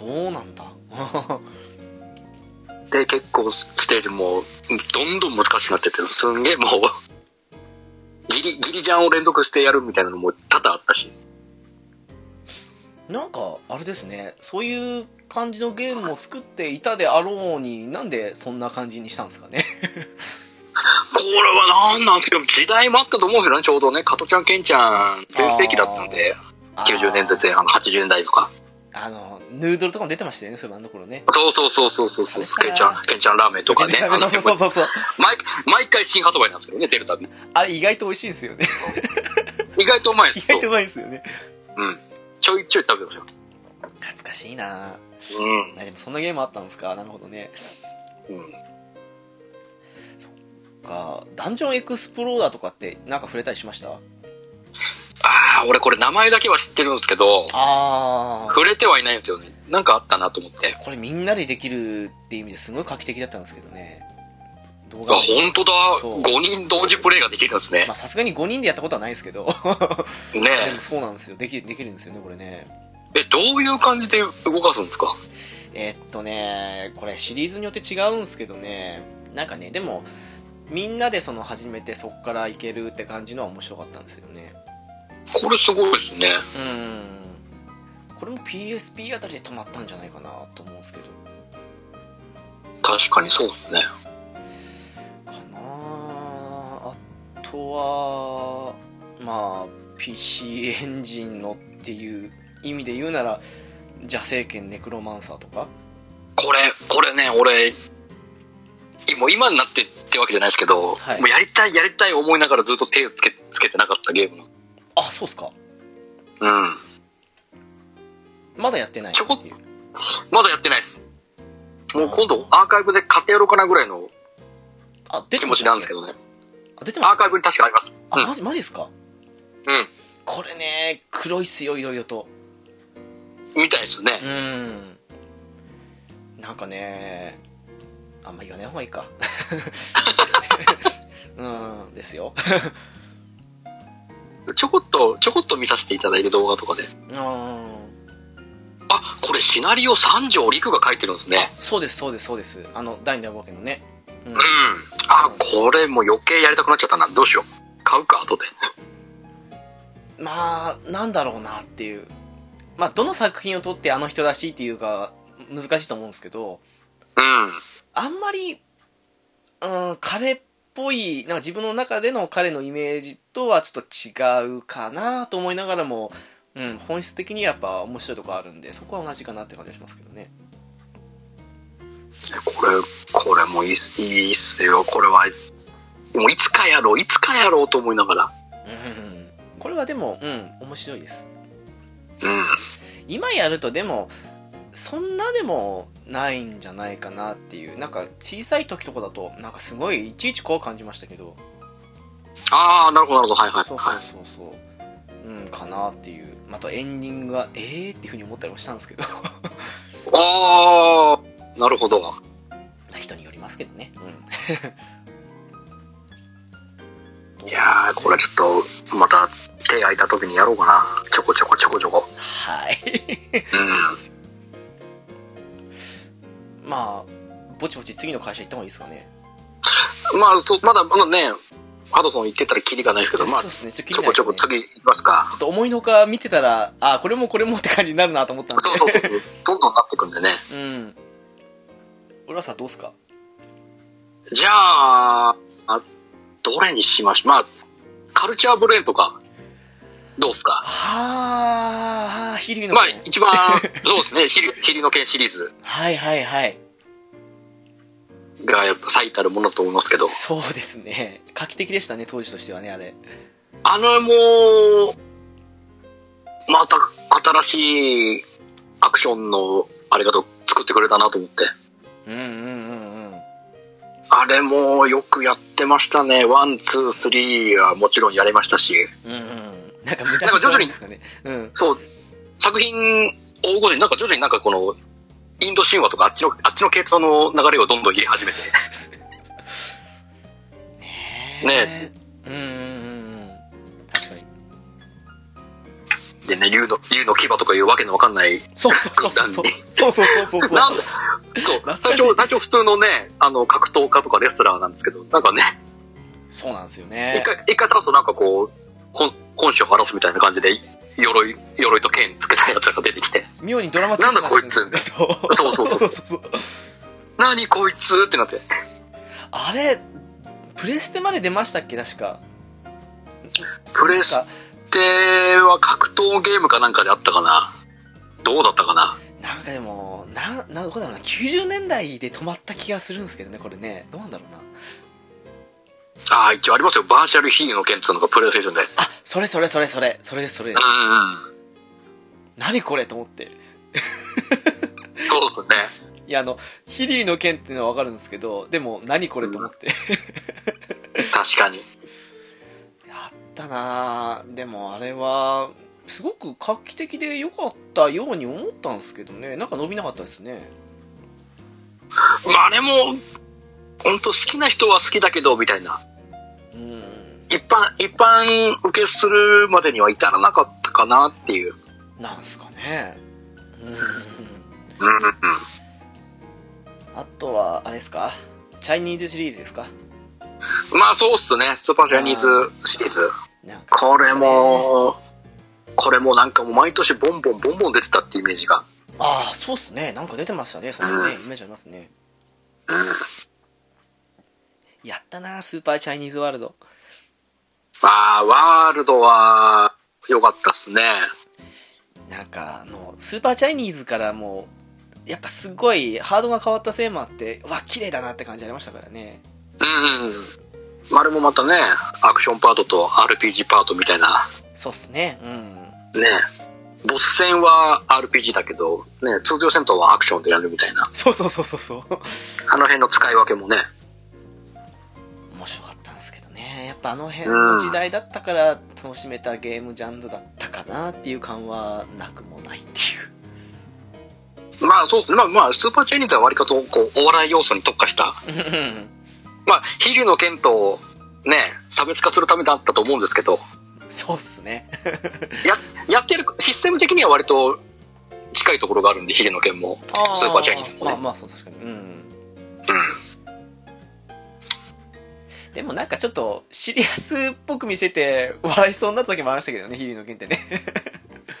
Speaker 1: そうなんだ。
Speaker 2: で、結構ステージもどんどん難しくなってって、すんげえもう、ギリ、ギリジャンを連続してやるみたいなのも多々あったし。
Speaker 1: なんか、あれですね、そういう感じのゲームを作っていたであろうに、なんでそんな感じにしたんですか ね。
Speaker 2: これはなんなんですけど、時代もあったと思うんですよね、ちょうどね。加トちゃん、ケンちゃん、全盛期だったんで、90年代前半、80年代とか。
Speaker 1: あの、ヌードルとかも出てましたよね、そういえばあの頃ね。
Speaker 2: そうそうそうそうそうそう、ケンちゃん、ケンちゃんラーメンとかね。あの
Speaker 1: そうそうそうそう。
Speaker 2: 毎毎回新発売なんですけどね、出るたび。
Speaker 1: あれ意外と美味しいんですよね。
Speaker 2: 意外とうまいで
Speaker 1: 意
Speaker 2: す。そ
Speaker 1: 外
Speaker 2: う
Speaker 1: とう。まいんですよね。
Speaker 2: うん。ちょいちょい食べてま
Speaker 1: 懐かしいな
Speaker 2: すよ。うん
Speaker 1: あでもそんなゲームあったんですか。なるほどね。。
Speaker 2: うん。
Speaker 1: か、ダンジョンエクスプローラーとかってなんか触れたりしました
Speaker 2: ああ、俺これ名前だけは知ってるんですけど、
Speaker 1: あー。
Speaker 2: 触れてはいないんですよね。なんかあったなと思って。
Speaker 1: これみんなでできるって意味ですごい画期的だったんですけどね。動
Speaker 2: あ、
Speaker 1: 画
Speaker 2: 本当だ。
Speaker 1: そう
Speaker 2: 5人同時プレイができるんですね
Speaker 1: まあ。さすがに5人でやったことはないですけど。
Speaker 2: ね
Speaker 1: でもそうなんですよ。できできるんですよね、これね。
Speaker 2: え。え、どういう感じで動かすんですか
Speaker 1: えっとね、これシリーズによって違うんですけどね、なんかね、でも、みんなでその始めてそこからいけるって感じのは面白かったんですよね。
Speaker 2: これすごいですね。
Speaker 1: うん。これも PSP あたりで止まったんじゃないかなと思うんですけど。
Speaker 2: 確かにそうですね。
Speaker 1: かなああとは、まあ、PC エンジンのっていう意味で言うなら、邪聖剣ネクロマンサーとか
Speaker 2: これ、これね、俺、もう今になってってわけじゃないですけど、
Speaker 1: はい
Speaker 2: もうやりたいやりたい思いながらずっと手をつけつけてなかったゲームの。
Speaker 1: あ、そうっすか。
Speaker 2: うん。
Speaker 1: まだやってない
Speaker 2: ちょこ
Speaker 1: っていう
Speaker 2: まだやってないです。もう今度アーカイブで買ってやろうかなぐらいの
Speaker 1: あ、出
Speaker 2: 気
Speaker 1: て
Speaker 2: 持
Speaker 1: ま
Speaker 2: ち
Speaker 1: す
Speaker 2: なんですけどね。
Speaker 1: あ、出てま
Speaker 2: ア
Speaker 1: す
Speaker 2: ーカイブに確かあります。う
Speaker 1: あ、
Speaker 2: ん
Speaker 1: マジ、マジですか
Speaker 2: うん。
Speaker 1: これね、黒いっすよ、いろいろと。
Speaker 2: みたいですよね。
Speaker 1: うん。なんかね、あんま言わない方がいいか。 うん、ですよ。
Speaker 2: ちょこっと、ちょこっと見させていただいて動画とかで。
Speaker 1: うん。
Speaker 2: あ、これシナリオ三条陸が書いてるんですね。
Speaker 1: そうです、そうです、そうです。あの、第二弾冒険のね。うん
Speaker 2: うん。あ、これもう余計やりたくなっちゃったな。どうしよう。買うか、後で。
Speaker 1: まあ、なんだろうなっていう。まあ、どの作品を撮ってあの人らしいっていうか、難しいと思うんですけど、
Speaker 2: うん。
Speaker 1: あんまり、うん、彼っぽい、なんか自分の中での彼のイメージとはちょっと違うかなと思いながらも、うん、本質的にやっぱ面白いとこあるんで、そこは同じかなって感じがしますけどね。
Speaker 2: これ、これもいいっすいいっすよ。これは、もういつかやろう、いつかやろうと思いながら。
Speaker 1: うん、これはでも、うん、面白いです。
Speaker 2: うん。
Speaker 1: 今やるとでも、そんなでもないんじゃないかなっていう、なんか小さい時とかだと、なんかすごいいちいち怖く感じましたけど、
Speaker 2: ああ、なるほど、なるほど。はいはい。
Speaker 1: そうそう
Speaker 2: はい、
Speaker 1: そうそう、うん、かなっていう、またエンディングが、えーっていうふうに思ったりもしたんですけど、
Speaker 2: ああ、なるほど。
Speaker 1: 人によりますけどね。うん。
Speaker 2: いやー、これちょっと、また、手空いた時にやろうかな。ちょこちょこちょこちょこ。
Speaker 1: はい。
Speaker 2: うん。
Speaker 1: まあ、ぼちぼち次の会社行った方がいいですかね。
Speaker 2: まあ、そう、まだ、まだね、ハドソン行ってたらキリがないですけど、まあ
Speaker 1: そう、ですね、ちょっと気
Speaker 2: ちょ
Speaker 1: にな
Speaker 2: こ
Speaker 1: る
Speaker 2: ちょこ次行きますか。
Speaker 1: ちょっと思いのほか見てたら、あー、これもこれもって感じになるなと思ったんで。
Speaker 2: そうそうそ うそう。どんどんなってくんでね。
Speaker 1: うん。浦さんどうっすか
Speaker 2: じゃあ、あどれにしましまあ、カルチャーブレーンとか、どうっすか
Speaker 1: はあ、ヒリの、
Speaker 2: まあ、一番、そうですね、シリ霧の剣シリーズ
Speaker 1: はいはいはい。
Speaker 2: がやっぱ最たるものだと思いますけど、
Speaker 1: そうですね。画期的でしたね、当時としてはね、あれ。
Speaker 2: あの、もう、また新しいアクションのあれがと作ってくれたなと思って。
Speaker 1: うんうんうんうん。
Speaker 2: あれもよくやってましたね。ワン、ツー、スリーはもちろんやりましたし、
Speaker 1: うんうん。なんか無茶
Speaker 2: なんか徐々に
Speaker 1: ですかね。うん。
Speaker 2: そう、作品追うごとになんか徐々になんかこの、インド神話とかあっちの、あっちの系統の流れをどんどん入れ始めて。
Speaker 1: ねえ。うんうんうんうん。確かに。
Speaker 2: でね、竜の、竜の牙とかいうわけのわかんない。
Speaker 1: そうそうそうそう。そうそうそうそうそう。
Speaker 2: なんだそう、
Speaker 1: 懐かしい
Speaker 2: 最初、最初普通のね、あの、格闘家とかレスラーなんですけど、なんかね、
Speaker 1: そうなんですよね
Speaker 2: 一。回、一回倒すとなんかこう、本、本性を晴らすみたいな感じで、鎧、鎧と剣つけたやつらが出てきて、
Speaker 1: 妙にドラマチック
Speaker 2: なんだこいつ
Speaker 1: なそう
Speaker 2: そうそうそう
Speaker 1: そうそう。
Speaker 2: 何こいつってなって。
Speaker 1: あれ、プレステまで出ましたっけ、確か。
Speaker 2: プレステは格闘ゲームかなんかであったかなどうだったかな
Speaker 1: なんかでも、な、な、どこだろうな、90年代で止まった気がするんですけどね、これね。どうなんだろうな。
Speaker 2: ああ、一応ありますよ。バーチャルヒーローの剣っていうのがプレイステーションで。
Speaker 1: あ、それそれそれそれ、それです、それです。
Speaker 2: う
Speaker 1: 何これと思って。
Speaker 2: ん。そうですね。
Speaker 1: いや、あの、ヒリーの剣っていうのはわかるんですけど、でも、何これと思って。
Speaker 2: 確かに。
Speaker 1: やったなぁ。でもあれは、すごく画期的で良かったように思ったんですけどね。なんか伸びなかったですね。
Speaker 2: まあ、あれも、本当好きな人は好きだけど、みたいな。
Speaker 1: うん。
Speaker 2: 一般、一般受けするまでには至らなかったかなっていう。
Speaker 1: なんすかね。うん。
Speaker 2: うんうん。
Speaker 1: あとは、あれですかチャイニーズシリーズですか
Speaker 2: まあ、そうっすね。スーパージャニーズシリーズ。
Speaker 1: なんか
Speaker 2: これも、これもなんかもう毎年ボンボンボンボン出てたってイメージが。
Speaker 1: ああ、そうっすね。なんか出てましたね。そのね、イメージありますね。
Speaker 2: うん。
Speaker 1: やったなぁ、スーパーチャイニーズワールド。
Speaker 2: まあ、ワールドは、良かったっすね。
Speaker 1: なんか、あの、スーパーチャイニーズからもう、やっぱすごいハードが変わったせいもあって、うわ、綺麗だなって感じありましたからね。
Speaker 2: うんうんうん。まああれもまたね、アクションパートと RPG パートみたいな、
Speaker 1: そうっすね。うん。
Speaker 2: ね、ボス戦は RPG だけど、ね、通常戦闘はアクションでやるみたいな、
Speaker 1: そうそうそうそうそう。
Speaker 2: あの辺の使い分けもね、
Speaker 1: 面白かったんですけどねやっぱあの辺の時代だったから楽しめたゲームジャンルだったかなっていう感はなくもないっていう
Speaker 2: まあそうですね、まあまあ、スーパーチェイニーズは割かとこう、お笑い要素に特化した、まあ、飛竜の剣と、ね、差別化するためだったと思うんですけど、
Speaker 1: そうっすね
Speaker 2: や、やってる、システム的には割と近いところがあるんで、飛竜の剣も。 スーパーチャイニーズもね
Speaker 1: まあまあそう確かにうん
Speaker 2: う
Speaker 1: でもなんかちょっとシリアスっぽく見せて笑いそうになった 時もありましたけどねヒリの剣ってね
Speaker 2: ん。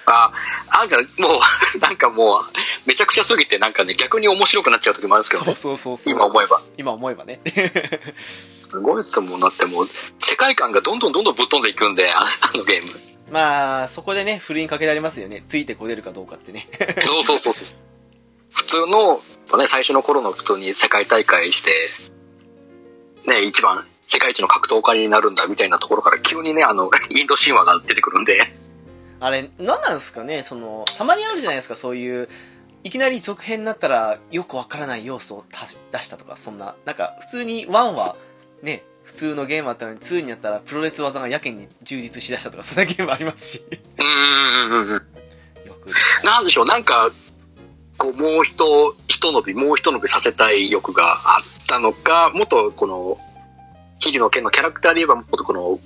Speaker 2: あ、なんかもう、なんかもう、めちゃくちゃすぎてなんかね、逆に面白くなっちゃう時もあるんですけど
Speaker 1: そう
Speaker 2: ね。
Speaker 1: そうそうそう
Speaker 2: 今思えば。
Speaker 1: 今思えばね
Speaker 2: すごいっすもん。だってもう、世界観がどんどんどんどんぶっ飛んでいくんで、ああのゲーム。
Speaker 1: まあそこでねふるいにかけられますよねついてこれるかどうかってね
Speaker 2: そうそうそうそう。普通の、ね、最初の頃の普通に世界大会して、ね、一番、世界一の格闘家になるんだみたいなところから急にね、あの、 インド神話が出てくるんで、
Speaker 1: あれ何なんですかねそのたまにあるじゃないですかそういういきなり続編になったらよくわからない要素を足し出したとかそんななんか普通に1はね普通のゲームあったのに2になったらプロレス技がやけに充実しだしたとかそんなゲームありますし
Speaker 2: うんうんうんうん。
Speaker 1: よく
Speaker 2: なんでしょう、なんか、こう、もうひと、ひと伸び、もうひと伸びさせたい欲があったのか、もっとこの、桐野健のキャラクターで言えば、もっとこの、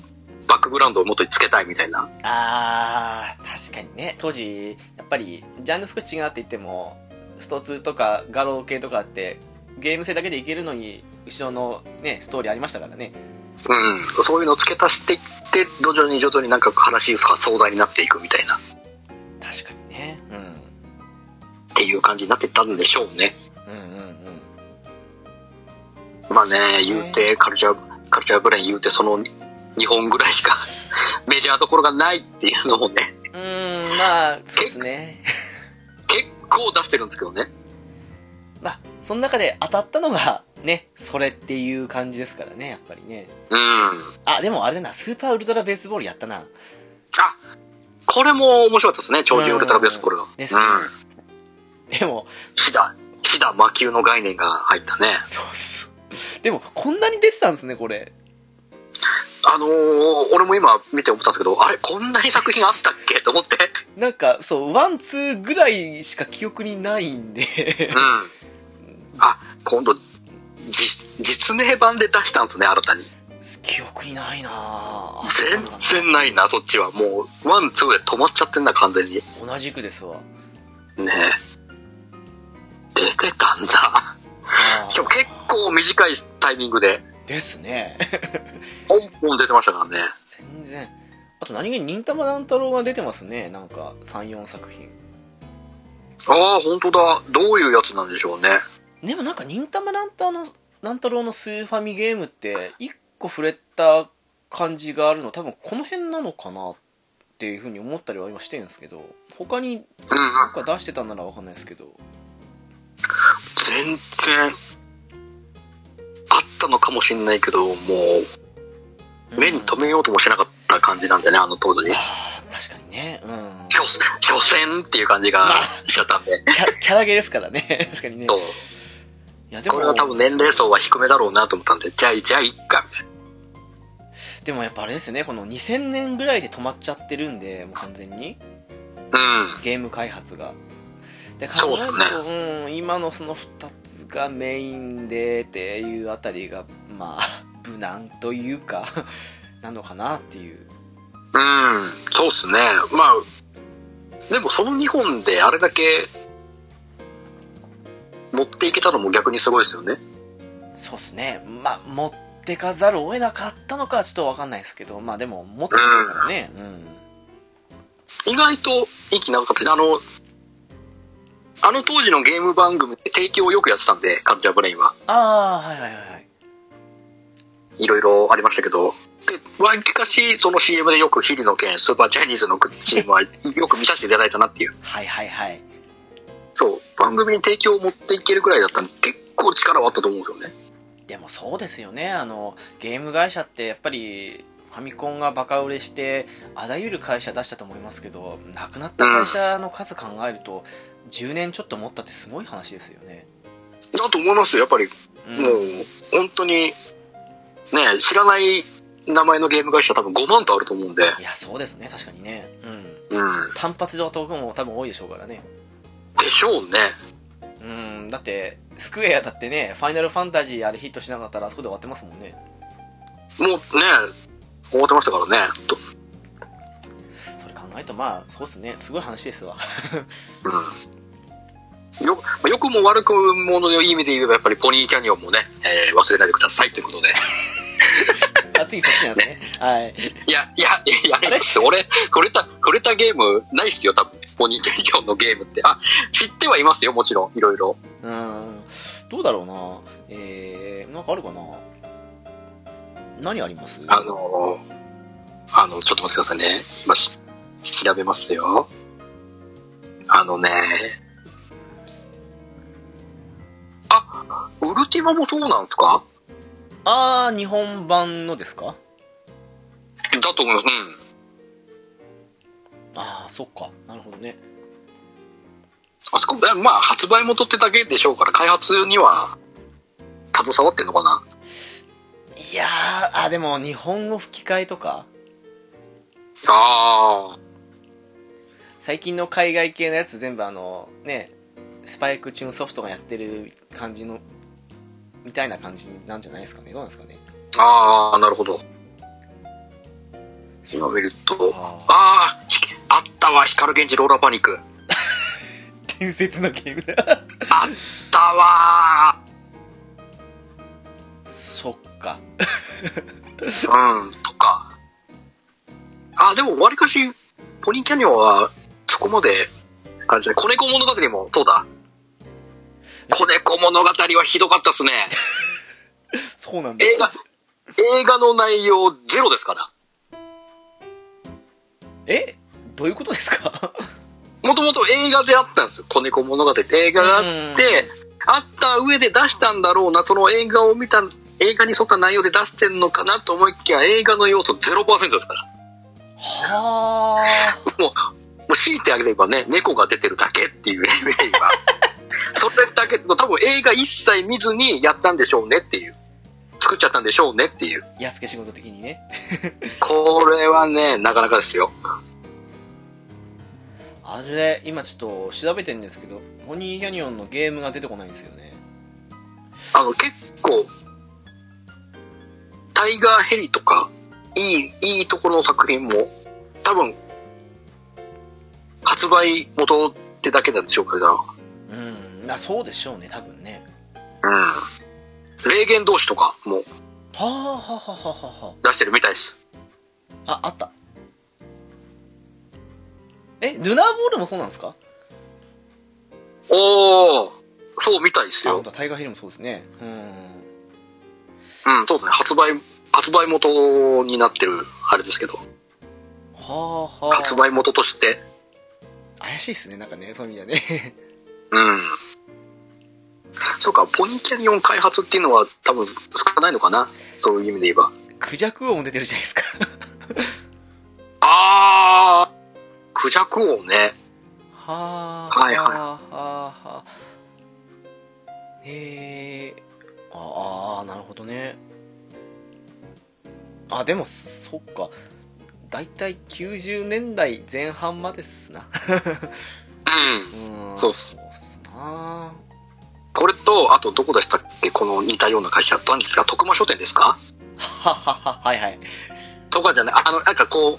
Speaker 2: バックグラウンドをもっとつけたいみたいな。
Speaker 1: あー確かにね当時やっぱりジャンル少し違うって言ってもスト2とかガロー系とかってゲーム性だけでいけるのに後ろのねストーリーありましたからね
Speaker 2: うん。そういうのを付け足していって、徐々に徐々になんか話が壮大になっていくみたいな。
Speaker 1: 確かにね
Speaker 2: っていう感じになってったんでしょうね。
Speaker 1: うんうんうんうん
Speaker 2: まあね、言うて、カルチャー、カルチャーブレイン言うて、その2本ぐらいしか、 メジャーどころがないっていうのもね、
Speaker 1: うーんまあそうですね
Speaker 2: 結構出してるんですけどね。
Speaker 1: まあその中で当たったのがねそれっていう感じですからねやっぱりね
Speaker 2: うん。
Speaker 1: あでもあれだなスーパーウルトラベースボールやったな
Speaker 2: あ、これも面白かったですね、超人ウルトラベースボールが。うん。
Speaker 1: ですねでも
Speaker 2: 飛騨、飛騨魔球の概念が入ったね。
Speaker 1: そうそうでもこんなに出てたんですねこれ
Speaker 2: あのー、俺も今見て思ったんですけど、あれ、こんなに作品あったっけと 思って。
Speaker 1: なんか、そう、ワン、ツーぐらいしか記憶にないんで
Speaker 2: うん。あ、今度、実、実名版で出したんですね、新たに。
Speaker 1: 記憶にないなぁ。
Speaker 2: 全然ないな、そっちは。もう、ワン、ツーで止まっちゃってんな、完全に。ね
Speaker 1: 同じく ですわ。
Speaker 2: え。出てたんだ。
Speaker 1: あー
Speaker 2: しかも結構短いタイミングで、
Speaker 1: ですね。
Speaker 2: ポンポン出てましたからね。
Speaker 1: 全然。あと何気に忍たま乱太郎が出てますね。なんか、3、4作品。
Speaker 2: ああ、本当だ。どういうやつなんでしょうね。
Speaker 1: でもなんか、忍たま乱太郎の、乱太郎のスーファミゲームって、一個触れた感じがあるの、多分この辺なのかなっていうふうに思ったりは今してるんですけど、他に、
Speaker 2: うんうん。
Speaker 1: なんか出してたんならわかんないですけど。
Speaker 2: 全然、あったのかもしんないけど、もう、目に留めようともしなかった感じなんでね、あの当時。
Speaker 1: あー確かにね。うん。
Speaker 2: 巨巨戦っていう感じがしちゃったんで。
Speaker 1: キャキャラゲですからね。 確かにね。
Speaker 2: そう。
Speaker 1: いやで
Speaker 2: これは多分年齢層は低めだろうなと思ったんで、じゃあ、じゃあ、いっか。
Speaker 1: でもやっぱあれですよね、この2000年ぐらいで止まっちゃってるんで、もう完全に、
Speaker 2: うん。
Speaker 1: ゲーム開発が。で考
Speaker 2: そうっ
Speaker 1: え
Speaker 2: すね
Speaker 1: ると、うん、今のその2つがメインでっていうあたりが、まあ、 無難というか、 なのかなっていう。
Speaker 2: うん、そうっすね。まあ、でもその2本であれだけ持っていけたのも逆にすごいですよね。
Speaker 1: そうっすね、まあ、持ってかざるを得なかったのかはちょっとわかんないですけど、まあでも、持ってましたからね、うん。
Speaker 2: 意外と息長かったしあの、あの当時のゲーム番組で提供をよくやってたんで、カルチャーブレインは。
Speaker 1: ああ、はいはいはいはい。
Speaker 2: いろいろありましたけど。で、わりかしその CM でよくヒリの剣、スーパージャニーズの CM はよく見させていただいたなっていう。
Speaker 1: はいはいはい。
Speaker 2: そう、番組に提供を持っていけるぐらいだったんで、結構力はあったと思うんですよね。
Speaker 1: でもそうですよねあのゲーム会社ってやっぱりファミコンがバカ売れしてあらゆる会社出したと思いますけどなくなった会社の数考えると、10年ちょっと持ったってすごい話ですよね、
Speaker 2: だと思いますよ、やっぱり
Speaker 1: うん
Speaker 2: もう本当にね知らない名前のゲーム会社多分5万とあると思うんで、
Speaker 1: いやそうですね確かにねうん
Speaker 2: うん、
Speaker 1: 単発上トークも多分多いでしょうからね
Speaker 2: でしょうね
Speaker 1: うんだってスクエアだってねファイナルファンタジーあれヒットしなかったらあそこで終わってますもんね
Speaker 2: もうね思ってましたからねと、
Speaker 1: それ考えるとまあそうですねすごい話ですわ
Speaker 2: うん、よまあ良くも悪くもののいい意味で言えばやっぱりポニーキャニオンもね、えー忘れないでくださいという ことで
Speaker 1: あ次そっちなんですねはい
Speaker 2: いやいやいやいや俺触れた触れたゲームないっすよ多分鬼企業のゲームって。あ、知ってはいますよ、もちろん。いろいろ。
Speaker 1: うん。どうだろうな。えー、なんかあるかな。何あります
Speaker 2: あのー、あの、ちょっと待ってくださいね。今し、調べますよ。あのね、あ、ウルティマもそうなんですか
Speaker 1: あー、日本版のですか
Speaker 2: だと思います。うん。
Speaker 1: あー、そっか。なるほどね。
Speaker 2: あそこ、えまあ、発売元ってだけでしょうから、開発には、携わってんのかない
Speaker 1: やー、あ、でも日本語吹き替えとか、
Speaker 2: ああ。
Speaker 1: 最近の海外系のやつ全部あの、ね、スパイクチューンソフトがやってる感じの、みたいな感じなんじゃないですかね。どうなんですかね。
Speaker 2: ああ、なるほど。今見ると、
Speaker 1: あ
Speaker 2: ああ、ひあったわ、光源氏ローラーパニック。
Speaker 1: ー伝説のゲームだ。
Speaker 2: あったわ
Speaker 1: そっか。
Speaker 2: ー。うん、とか。あ、でも、わりかし、ポニーキャニオンは、そこまで、あれですね、子猫物語も、そうだ。子猫物語はひどかったっすね。
Speaker 1: そうなんだ。
Speaker 2: 映画、映画の内容ゼロですから。
Speaker 1: えどういうことですか
Speaker 2: もともと映画であったんですよ。子猫物語って映画があって、あった上で出したんだろうな、その映画を見た、映画に沿った内容で出してんのかなと思いきや、映画の要素0%ですから。
Speaker 1: はあ。
Speaker 2: もう強いてあげればね、猫が出てるだけっていう 映画。それだけ、多分映画一切見ずにやったんでしょうねっていう。作っちゃったんでしょうねっていう。
Speaker 1: やっつけ仕事的にね。
Speaker 2: これはね、なかなかですよ。
Speaker 1: あれ、今ちょっと調べてんですけど、ポニーキャニオンのゲームが出てこないんですよね。
Speaker 2: あの、結構、タイガーヘリとか、いい、いいところの作品も、多分、発売元ってだけなんでしょうけど、
Speaker 1: うん。あ、そうでしょうね、多分ね。
Speaker 2: うん。霊言同士とかも
Speaker 1: はあ、はあはあはあは
Speaker 2: 出してるみたいです。
Speaker 1: あ。あ、あった。え、ヌナーボールもそうなんですか
Speaker 2: おー、そうみたいです
Speaker 1: あ、
Speaker 2: よ
Speaker 1: 本。当タイガーヒルもそうですね。うん。
Speaker 2: うん、そうですね。発売、発売元になってる、あれですけど、
Speaker 1: はあはあ。
Speaker 2: 発売元として、
Speaker 1: 怪しいっすね、なんかね、そういう意味ではね。
Speaker 2: うん。そうか、ポニーキャニオン開発っていうのは多分少ないのかな。そういう意味で言えば。
Speaker 1: クジャク王も出てるじゃないですか。
Speaker 2: あー、クジャク王ね。
Speaker 1: はあ、
Speaker 2: はいはい
Speaker 1: はあ、はあ、はあ。えー、ああー、なるほどね。あ、でも、そっか。だいたい90年代前半までっすな。
Speaker 2: うん。
Speaker 1: うん。
Speaker 2: そ う
Speaker 1: そうっすな。
Speaker 2: これと、あとどこでしたっけこの似たような会社あったんですが、徳間書店ですか
Speaker 1: はははは、はいはい。
Speaker 2: とかじゃない、あの、なんかこう、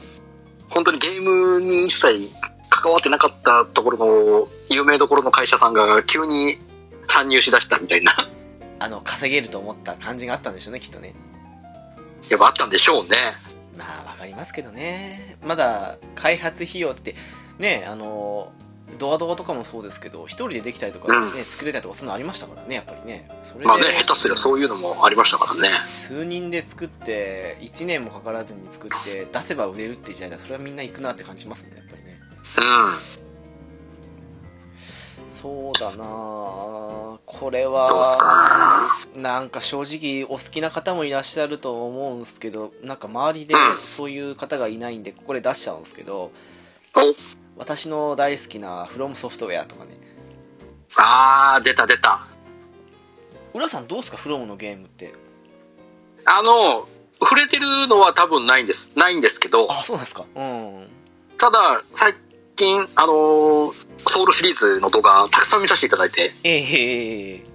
Speaker 2: 本当にゲームに一切関わってなかったところの、有名どころの会社さんが急に参入しだしたみたい な、
Speaker 1: あの、稼げると思った感じがあったんでしょうね、きっとね。
Speaker 2: やっぱあったんでしょうね。
Speaker 1: まあわかりますけどねまだ開発費用ってねあのドアドアとかもそうですけど一人でできたりとか、ね
Speaker 2: う
Speaker 1: 作れたりとかそんなのありましたからねやっぱりねそれで、
Speaker 2: まあね、下手すりゃそういうのもありましたからね。
Speaker 1: 数人で作って1年もかからずに作って出せば売れるって時代だそれはみんな行くなって感じますねやっぱりね
Speaker 2: うん。
Speaker 1: そうだなあこれは
Speaker 2: どうっすか
Speaker 1: なんか正直お好きな方もいらっしゃると思うんですけどなんか周りで
Speaker 2: うん
Speaker 1: そういう方がいないんでここで出しちゃうんですけど
Speaker 2: お
Speaker 1: 私の大好きな「フロムソフトウェアとかね
Speaker 2: あー、出た出た。
Speaker 1: 浦さんどうですかフロムのゲームって
Speaker 2: あの、触れてるのは多分ないんです。ないんですけど、
Speaker 1: あそうなんですかうん
Speaker 2: ただ、最近、あのーソウルシリーズの動画、たくさん見させていただいて、
Speaker 1: ええええええ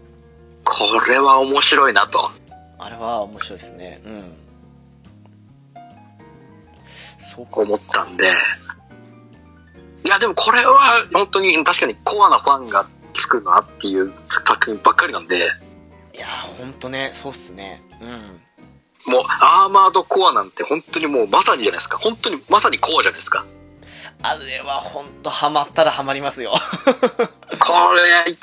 Speaker 2: これは面白いなと。
Speaker 1: あれは面白いですねうんそうか
Speaker 2: 思ったんで。いや、でもこれは、本当に、確かにコアなファンがつくなっていう作品ばっかりなんで、
Speaker 1: いやーほんとねそうっすねうん
Speaker 2: もう、アーマードコアなんて本当にもうまさにじゃないですか。本当にまさにコアじゃないですか。
Speaker 1: あれは本当ハマったらハマりますよ。
Speaker 2: これ、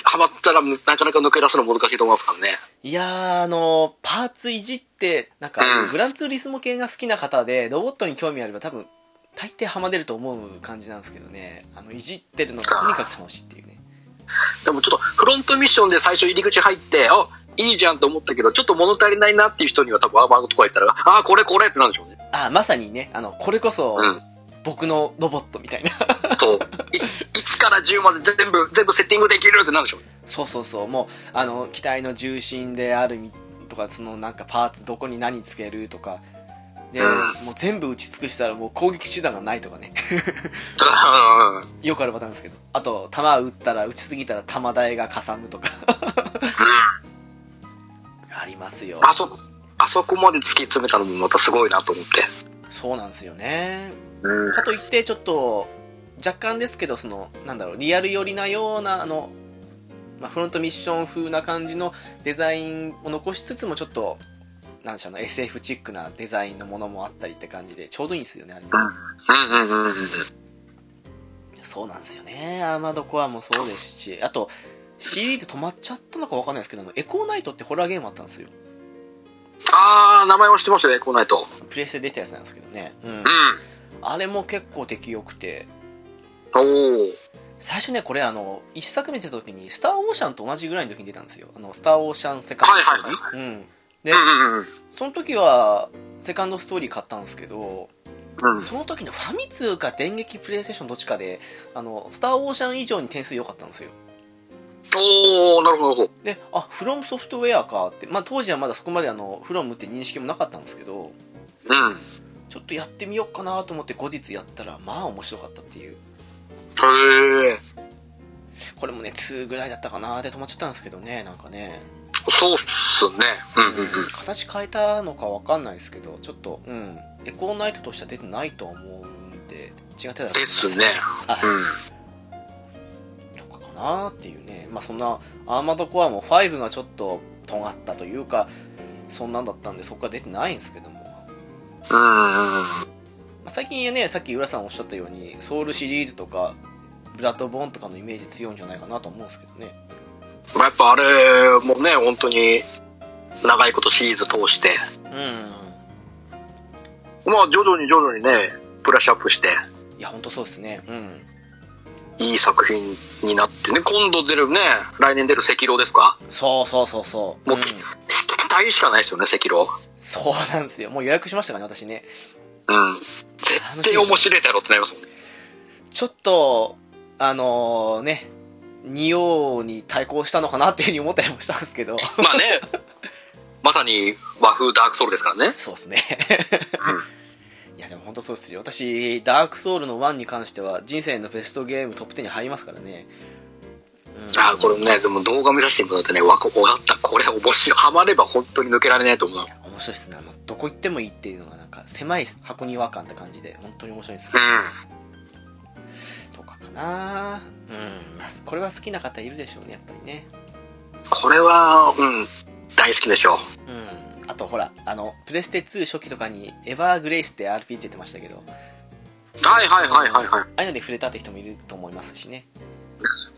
Speaker 2: ハマったらむなかなか抜け出すの難しいと思いますからね。
Speaker 1: いやー、あの、パーツいじって、なんか
Speaker 2: うん、
Speaker 1: グランツーリスモ系が好きな方で、ロボットに興味あれば多分、大抵ハマれると思う感じなんですけどね。あの、いじってるのがとにかく楽しいっていうね。
Speaker 2: でもちょっと、フロントミッションで最初入り口入って、あ、いいじゃんと思ったけど、ちょっと物足りないなっていう人には多分アーマードとか行ったら、あー、これこれってなるんでしょうね。
Speaker 1: あ、まさにね、あの、これこそ、
Speaker 2: う
Speaker 1: 僕のロボットみたいな。
Speaker 2: ん。そう。い1から10まで全部、全部セッティングできるってなるんでしょうね。
Speaker 1: そうそうそう、もう、あの、機体の重心であるみとか、そのなんかパーツどこに何つけるとか、で、
Speaker 2: うん
Speaker 1: もう全部打ち尽くしたらもう攻撃手段がないとかね。
Speaker 2: うんうんうん。
Speaker 1: よくあるパターンですけど。あと、弾打ったら、打ちすぎたら弾台がかさむとか。 ありますよ。
Speaker 2: あそ、あそこまで突き詰めたのもまたすごいなと思って。
Speaker 1: そうなんですよね。
Speaker 2: うん。
Speaker 1: かといって、ちょっと、若干ですけど、その、なんだろう、リアル寄りなような、あの、まあ、フロントミッション風な感じのデザインを残しつつも、ちょっと、なんでしょうね、SF チックなデザインのものもあったりって感じで、ちょうどいいんですよね、あれね
Speaker 2: うんうんうんうん。
Speaker 1: そうなんですよね。アーマードコアもそうですし、あと、シリーズ止まっちゃったのかわかんないですけど、あのエコーナイトってホラーゲームあったんですよ。
Speaker 2: あー、名前は知ってましたよ、エコーナイト。
Speaker 1: プレステで出たやつなんですけどね。うん
Speaker 2: う。ん。
Speaker 1: あれも結構出来良くて、
Speaker 2: おー。
Speaker 1: 最初ね、これあの、一作目出た時に、スターオーシャンと同じぐらいの時に出たんですよ。あの、スターオーシャンセカンドストーリー。
Speaker 2: は
Speaker 1: うん。
Speaker 2: う
Speaker 1: で、
Speaker 2: んうんうん。
Speaker 1: その時は、セカンドストーリー買ったんですけど、
Speaker 2: うん。
Speaker 1: その時のファミ通か電撃プレイステーションどっちかで、あの、スターオーシャン以上に点数良かったんですよ。
Speaker 2: おー、なるほど、なるほど。
Speaker 1: で、あ、フロムソフトウェアかって、まあ当時はまだそこまであの、フロムって認識もなかったんですけど、
Speaker 2: うん。
Speaker 1: ちょっとやってみようかなと思って後日やったら、まあ面白かったっていう。
Speaker 2: へえ。
Speaker 1: これもね、2ぐらいだったかなで止まっちゃったんですけどね、なんかね。
Speaker 2: そうっすね。うんうんうん。
Speaker 1: 形変えたのかわかんないですけど、ちょっと、うん、エコーナイトとしては出てないと思うんで、違ってたら。
Speaker 2: ですね。
Speaker 1: はいとかかなっていうね、まあそんな、アーマードコアも5がちょっと尖ったというか、そんなんだったんで、そこから出てないんですけども。
Speaker 2: うん。うんうん。
Speaker 1: まあ最近ね、さっき浦さんおっしゃったように、ソウルシリーズとか、ブラッドボーンとかのイメージ強いんじゃないかなと思うんですけどね。
Speaker 2: まあやっぱあれもね、本当に長いことシリーズ通して、
Speaker 1: うん。
Speaker 2: まあ徐々に徐々にね、ブラッシュアップして、
Speaker 1: いや、ほんとそうですね。うん。
Speaker 2: いい作品になってね、今度出るね、来年出る赤狼ですか
Speaker 1: そうそうそうそう。
Speaker 2: もう
Speaker 1: うん、
Speaker 2: 期待しかないですよね、赤狼。
Speaker 1: そうなんですよ。もう予約しましたからね、私ね。
Speaker 2: うん。絶対面白いだろうってなりますもんね。
Speaker 1: ちょっと、あのね、仁王に対抗したのかなっていうふうに思ったりもしたんですけど、
Speaker 2: まあね、まさに和風ダークソウルですからね。
Speaker 1: そうですね。 いや、でも本当そうですよ。私、ダークソウルの1に関しては、人生のベストゲームトップ10に入りますからね。うん
Speaker 2: あーこれね、でも動画見させてもらってね、わかわかった、これ面白い。ハマれば本当に抜けられないと思う。
Speaker 1: 面白いっすね。あの、どこ行ってもいいっていうのが、なんか、狭い箱庭感って感じで、本当に面白いですね。
Speaker 2: う
Speaker 1: とかかなうん。まあ、これは好きな方いるでしょうね、やっぱりね。
Speaker 2: ん。これは、うん、大好きでしょう。
Speaker 1: うん。あと、ほら、あの、プレステ2初期とかに、エバーグレイスって RPG 出てましたけど、あ
Speaker 2: はいはいはいはいは
Speaker 1: あいうので触れたって人もいると思いますしね。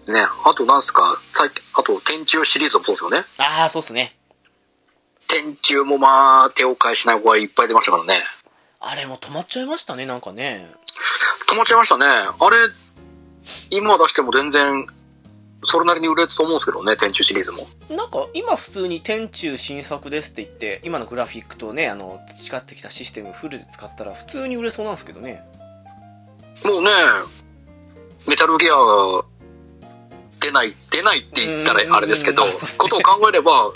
Speaker 2: い。ね、あとなんすか、最近、あと、天中シリーズもそうですよね。
Speaker 1: ああ、そうっすね。
Speaker 2: 天中もまあ、手を返しない子がいっぱい出ましたからね。
Speaker 1: あれもう止まっちゃいましたね、なんかね。
Speaker 2: 止まっちゃいましたね。あれ、今出しても全然、それなりに売れたと思うんですけどね、天中シリーズも。
Speaker 1: なんか今普通に天中新作ですって言って今のグラフィックとねあの培ってきたシステムフルで使ったら普通に売れそうなんですけどね
Speaker 2: もうね、メタルギアが出ない、出ないって言った
Speaker 1: うーん
Speaker 2: らあれですけど
Speaker 1: まあそうですね、
Speaker 2: ことを考えれば、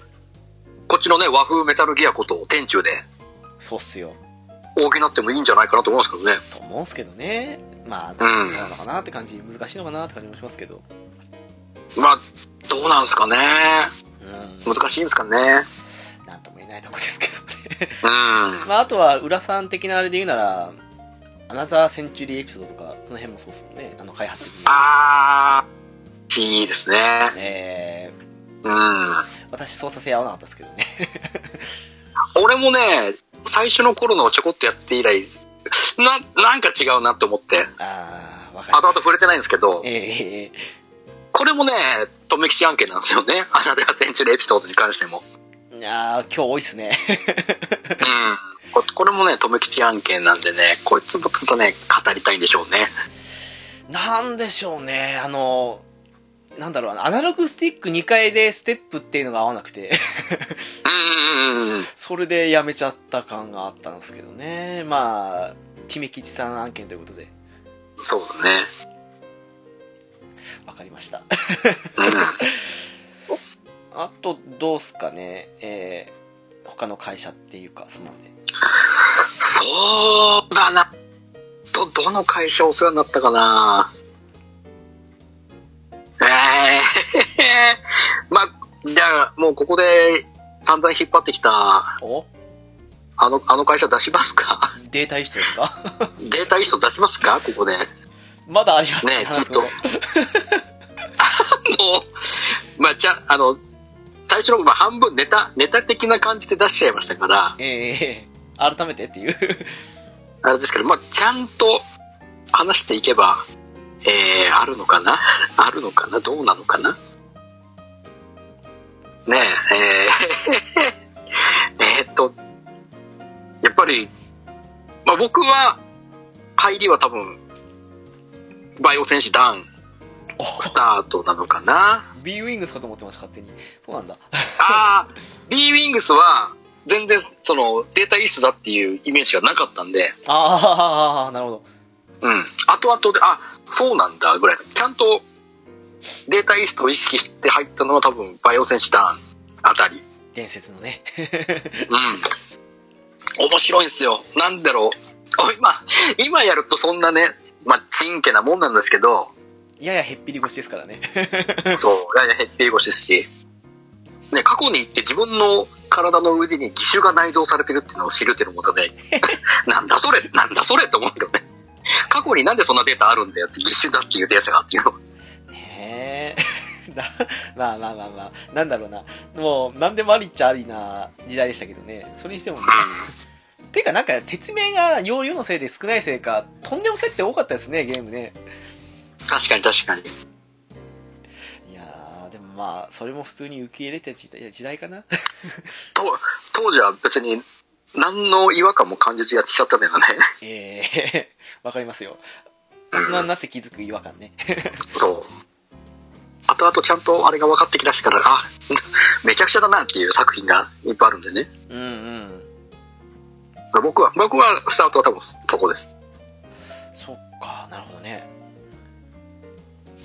Speaker 2: こっちのね、和風メタルギアこと、天中で
Speaker 1: そうっすよ
Speaker 2: 補ってもいいんじゃないかなと思うんですけどね。
Speaker 1: と思うんすけどねまあどう
Speaker 2: うん
Speaker 1: なのかなって感じ難しいのかなって感じもしますけど
Speaker 2: まあ、どうなんですかね。
Speaker 1: うん
Speaker 2: 難しいんですかね。
Speaker 1: なんとも言えないとこですけどね
Speaker 2: うん。
Speaker 1: まああとは浦さん的なあれで言うならアナザーセンチュリーエピソードとかその辺もそうっすよねあの開発的に
Speaker 2: あー、いいですね。
Speaker 1: えー
Speaker 2: うん。
Speaker 1: 私操作性合わなかったですけどね
Speaker 2: 俺もね、最初の頃のちょこっとやって以来、な、なんか違うなと思って。
Speaker 1: ああわかり
Speaker 2: 後
Speaker 1: ま
Speaker 2: 々
Speaker 1: す。
Speaker 2: 触れてないんですけど、
Speaker 1: ええええ
Speaker 2: これもね、とめきち案件なんですよね。 アナでアツエンチュルエピソードに関しても。
Speaker 1: ええいやー、今日多いっすね。
Speaker 2: うん。ここれもね、とめきち案件なんでね、こいつもちょっとね、語りたいんでしょうね。
Speaker 1: なんでしょうね、あの、なんだろう、あのアナログスティック2回でステップっていうのが合わなくて、
Speaker 2: うんうんうんうん。
Speaker 1: それでやめちゃった感があったんですけどね。まあ、キメキチさん案件ということで、
Speaker 2: そうだね。
Speaker 1: わかりました。
Speaker 2: うん。
Speaker 1: あと、どうすかね、えー、他の会社っていうか、そんなんで。
Speaker 2: そうだな。ど、どの会社お世話になったかな。ええ まあ、じゃあ、もうここで散々引っ張ってきた、
Speaker 1: お
Speaker 2: あの、あの会社出しますか
Speaker 1: データ輸出ですか
Speaker 2: データリスト出しますかここで。
Speaker 1: まだあります
Speaker 2: ねちょっと
Speaker 1: 話すの
Speaker 2: もう、まあ、じゃあ、あの、最初の、まあ、半分ネタ、ネタ的な感じで出しちゃいましたから、
Speaker 1: ええええ改めてっていう。
Speaker 2: あれですけど、まあ、ちゃんと話していけば、えー、あるのかな あるのかなどうなのかなねえ、えー えーっと、やっぱり、まあ、僕は、入りは多分、バイオ戦士ダン
Speaker 1: お
Speaker 2: スタートなのかな
Speaker 1: B ウィングスかと思ってました、勝手に。そうなんだ。
Speaker 2: ああ、B ウィングスは、全然、その、データリストだっていうイメージがなかったんで、
Speaker 1: ああ、なるほど。
Speaker 2: うん。後々で、あ、そうなんだ、ぐらい。ちゃんと、データリストを意識して入ったのは多分、バイオ戦士ダーンあたり。
Speaker 1: 伝説のね。
Speaker 2: うん。面白いんですよ。なんだろう。 あ今、今やるとそんなね、まあ、ちんけなもんなんですけど、
Speaker 1: ややへっぴり腰ですからね。
Speaker 2: そう、やや減ってい越しですし、ね、過去に行って自分の体の上に義手が内蔵されてるっていうのを知るっていうのもま たね、なんだそれ、なんだそれって思うけどね。過去になんでそんなデータあるんだよって、義手だっていうデータがっていうの。
Speaker 1: ねえ。 なまあまあまあまあ、なんだろうな。もう、なんでもありっちゃありな時代でしたけどね。それにしてもね。てか、なんか説明が容量のせいで少ないせいか、とんでも設定多かったですね、ゲームね。
Speaker 2: 確かに確かに。
Speaker 1: いやー、でもまあ、それも普通に受け入れてる時代時代かな。
Speaker 2: と当時は別に何の違和感も感じずやっちゃったんだよね。
Speaker 1: ええ わかりますよ。大人になって気づく違和感ね。
Speaker 2: そう。後々ちゃんとあれが分かってきだしてから、あ、 めちゃくちゃだなっていう作品がいっぱいあるんでね。
Speaker 1: うんうん。
Speaker 2: 僕は、僕はスタートは多分そこです。
Speaker 1: そっか、なるほどね。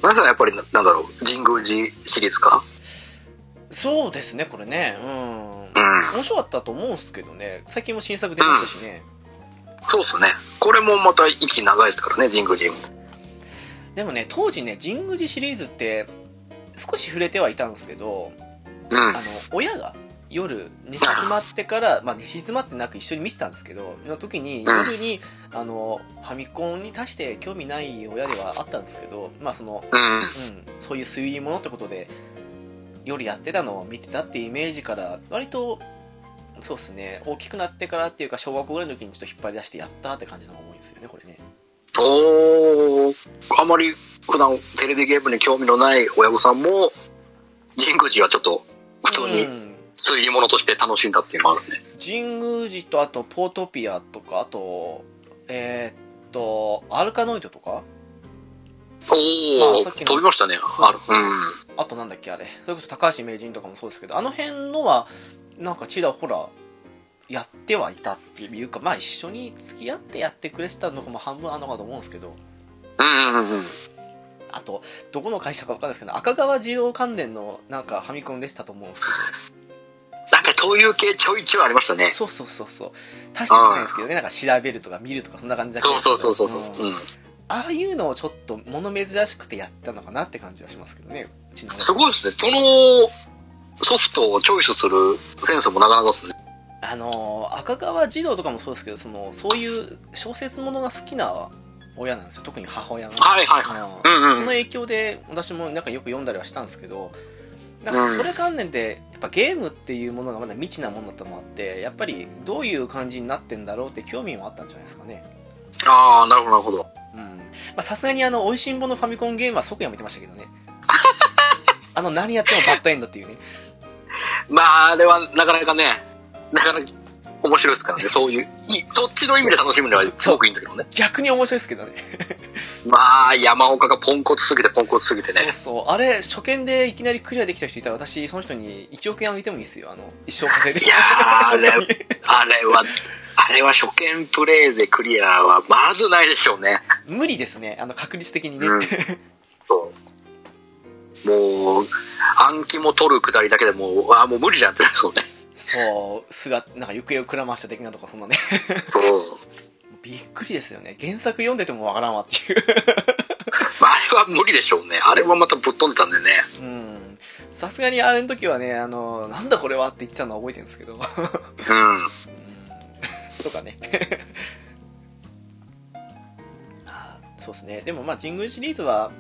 Speaker 2: 皆さんやっぱりななんだろう神宮寺シリーズか
Speaker 1: そうですね、これね。うん。
Speaker 2: うん
Speaker 1: 面白かったと思うんですけどね最近も新作出ましたしね、
Speaker 2: そうっすねこれもまた息長いですからね神宮寺も
Speaker 1: でもね当時ね神宮寺シリーズって少し触れてはいたんですけど
Speaker 2: うん
Speaker 1: あの親が夜寝静まってから、まあ、寝静まってなく一緒に見てたんですけどの時に
Speaker 2: うん
Speaker 1: 夜にあのファミコンに対して興味ない親ではあったんですけど、まあその
Speaker 2: うん
Speaker 1: うん、そういう推理ものってことで夜やってたのを見てたっていうイメージから割とそうですね大きくなってからっていうか小学校ぐらいの時にちょっと引っ張り出してやったって感じの方が多いんですよねこれね
Speaker 2: おーあまり普段テレビゲームに興味のない親御さんも神宮寺はちょっと普通
Speaker 1: う
Speaker 2: に
Speaker 1: ん
Speaker 2: 推理物として楽しんだっていうのもあるね
Speaker 1: 神宮寺とあとポートピアとかあとえーっとアルカノイドとか
Speaker 2: おお、
Speaker 1: まあさっきの
Speaker 2: 飛びましたねあるうん
Speaker 1: あとなんだっけあれそれこそ高橋名人とかもそうですけどあの辺のはなんかちらほらやってはいたっていうかまあ一緒に付き合ってやってくれてたのも半分あるのかと思うんですけど
Speaker 2: うんうんうんうん
Speaker 1: あと、どこの会社かわかんないですけど、赤川自動関連のなんかファミコンでしたと思うんです
Speaker 2: なんかそういう系ちょいちょいありました
Speaker 1: け
Speaker 2: ね
Speaker 1: ど、そうそうそうそう、大したことないですけどね、なんか調べるとか見るとか、そんな感じだけ
Speaker 2: そ
Speaker 1: ど
Speaker 2: うそうそうそうそ
Speaker 1: う
Speaker 2: う
Speaker 1: ん
Speaker 2: うん
Speaker 1: ああいうのをちょっと物珍しくてやったのかなって感じはしますけどね、うちの
Speaker 2: すごいですねそのソフトをチョイスするセンスもなかなかですね
Speaker 1: あのー赤川児童とかもそうですけどその、そういう小説ものが好きな親なんですよ、特に母親が。
Speaker 2: はいはいはい
Speaker 1: あの
Speaker 2: うんうん
Speaker 1: その影響で私もなんかよく読んだりはしたんですけどなんかそれ関連でやっぱゲームっていうものがまだ未知なものだともあってやっぱりどういう感じになってんだろうって興味もあったんじゃないですかね
Speaker 2: ああなるほどなるほど
Speaker 1: うん。まあ、さすがにあの、美味しんぼのファミコンゲームは即やめてましたけど ね。あの、何やってもバッドエンドっていうね。
Speaker 2: まあ、あれはなかなかね、なかなか面白いですからね、そういう、いいそっちの意味で楽しむのはすごくいいんだけどね。
Speaker 1: 逆に面白いですけどね。
Speaker 2: まあ、山岡がポンコツすぎてポンコツすぎ て
Speaker 1: そう
Speaker 2: ね。
Speaker 1: そう。あれ、初見でいきなりクリアできた人いたら、私、その人に1億円あげてもいいですよ。あの、一生稼いで。
Speaker 2: いやー、あ れ、あれは、あれは初見プレイでクリアはまずないでしょうね。
Speaker 1: 無理ですね。あの、確率的にね。
Speaker 2: うんそう。もう、暗記も取るくだりだけでもう、あーもう無理じゃんってなるもんね。
Speaker 1: そう、すが、なんか行方をくらました的なとか、そんなね。
Speaker 2: そう。
Speaker 1: びっくりですよね。原作読んでてもわからんわっていう。
Speaker 2: まあ、あれは無理でしょうね。あれはまたぶっ飛んでたんでね。
Speaker 1: うん。さすがにあれの時はね、あの、なんだこれはって言ってたのは覚えてるんですけど。
Speaker 2: うん。
Speaker 1: うんとかね。 あそうですね。でもまあ、神宮シリーズは、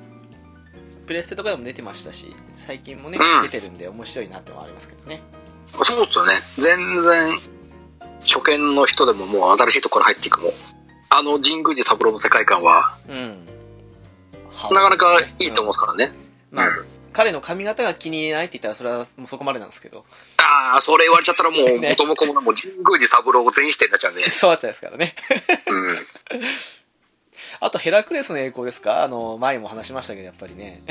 Speaker 1: プレステとかでも出てましたし、最近もね、
Speaker 2: うん
Speaker 1: 出てるんで面白いなってのはありますけどね。
Speaker 2: そうっすよね。全然、初見の人でももう新しいところ入っていくもん。あの神宮寺三郎の世界観は、
Speaker 1: うん。
Speaker 2: なかなかいいと思うんですからね。
Speaker 1: うん。まあ、彼の髪型が気に入らないって言ったら、それはもうそこまでなんですけど、
Speaker 2: ああ、それ言われちゃったらもう、
Speaker 1: ね
Speaker 2: 元も子もないもう神宮寺三郎全否定になっちゃうんで。
Speaker 1: そうなっちゃいですからね。
Speaker 2: うん。
Speaker 1: あと、ヘラクレスの栄光ですかあの、前も話しましたけど、やっぱりね。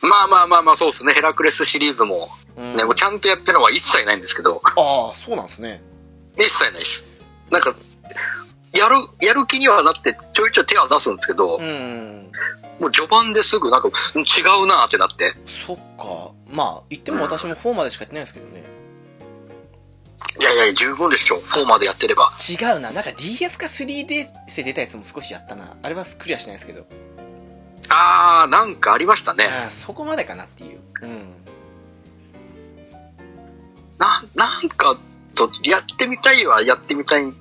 Speaker 2: まあまあまあまあ、そうですね。ヘラクレスシリーズも、
Speaker 1: うん、
Speaker 2: ね、もうちゃんとやってるのは一切ないんですけど、
Speaker 1: ああ、そうなんですね。
Speaker 2: 一切ないです。なんか、やる、やる気にはなって、ちょいちょい手は出すんですけど、
Speaker 1: うん。
Speaker 2: もう序盤ですぐなんか、うん違うなーってなって、
Speaker 1: そっか。まあ、言っても私も4までしかやってないですけどね。
Speaker 2: いやいや、十分でしょ。フォーマーでやってれば。
Speaker 1: 違うな、なんか DS か 3DS で出たやつも少しやったな。あれはクリアしないですけど。
Speaker 2: あー、なんかありましたね。
Speaker 1: ああそこまでかなっていう。うん。
Speaker 2: な、なんかと、やってみたいはやってみたいっ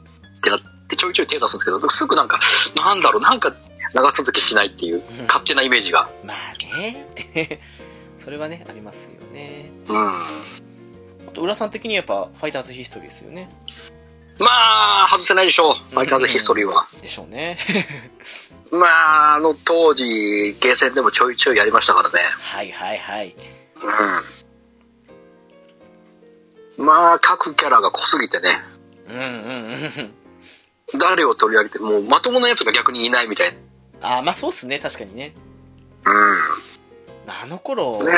Speaker 2: てなって、ちょいちょい手出すんですけど、すぐなんか、なんだろう、なんか長続きしないっていう、
Speaker 1: うん
Speaker 2: 勝手なイメージが。
Speaker 1: まあね、って。 それはね、ありますよね。
Speaker 2: うん。
Speaker 1: あと、浦さん的にやっぱ、ファイターズヒストリーですよね。
Speaker 2: まあ、外せないでしょう。ファイターズヒストリーは。
Speaker 1: でしょうね。
Speaker 2: まあ、あの当時、ゲーセンでもちょいちょいやりましたからね。
Speaker 1: はいはいはい。
Speaker 2: うん。まあ、各キャラが濃すぎてね。
Speaker 1: うんうんうん。
Speaker 2: 誰を取り上げて、もうまともなやつが逆にいないみたいな。
Speaker 1: ああ、まあそうっすね、確かにね。まああの頃
Speaker 2: うん。、ね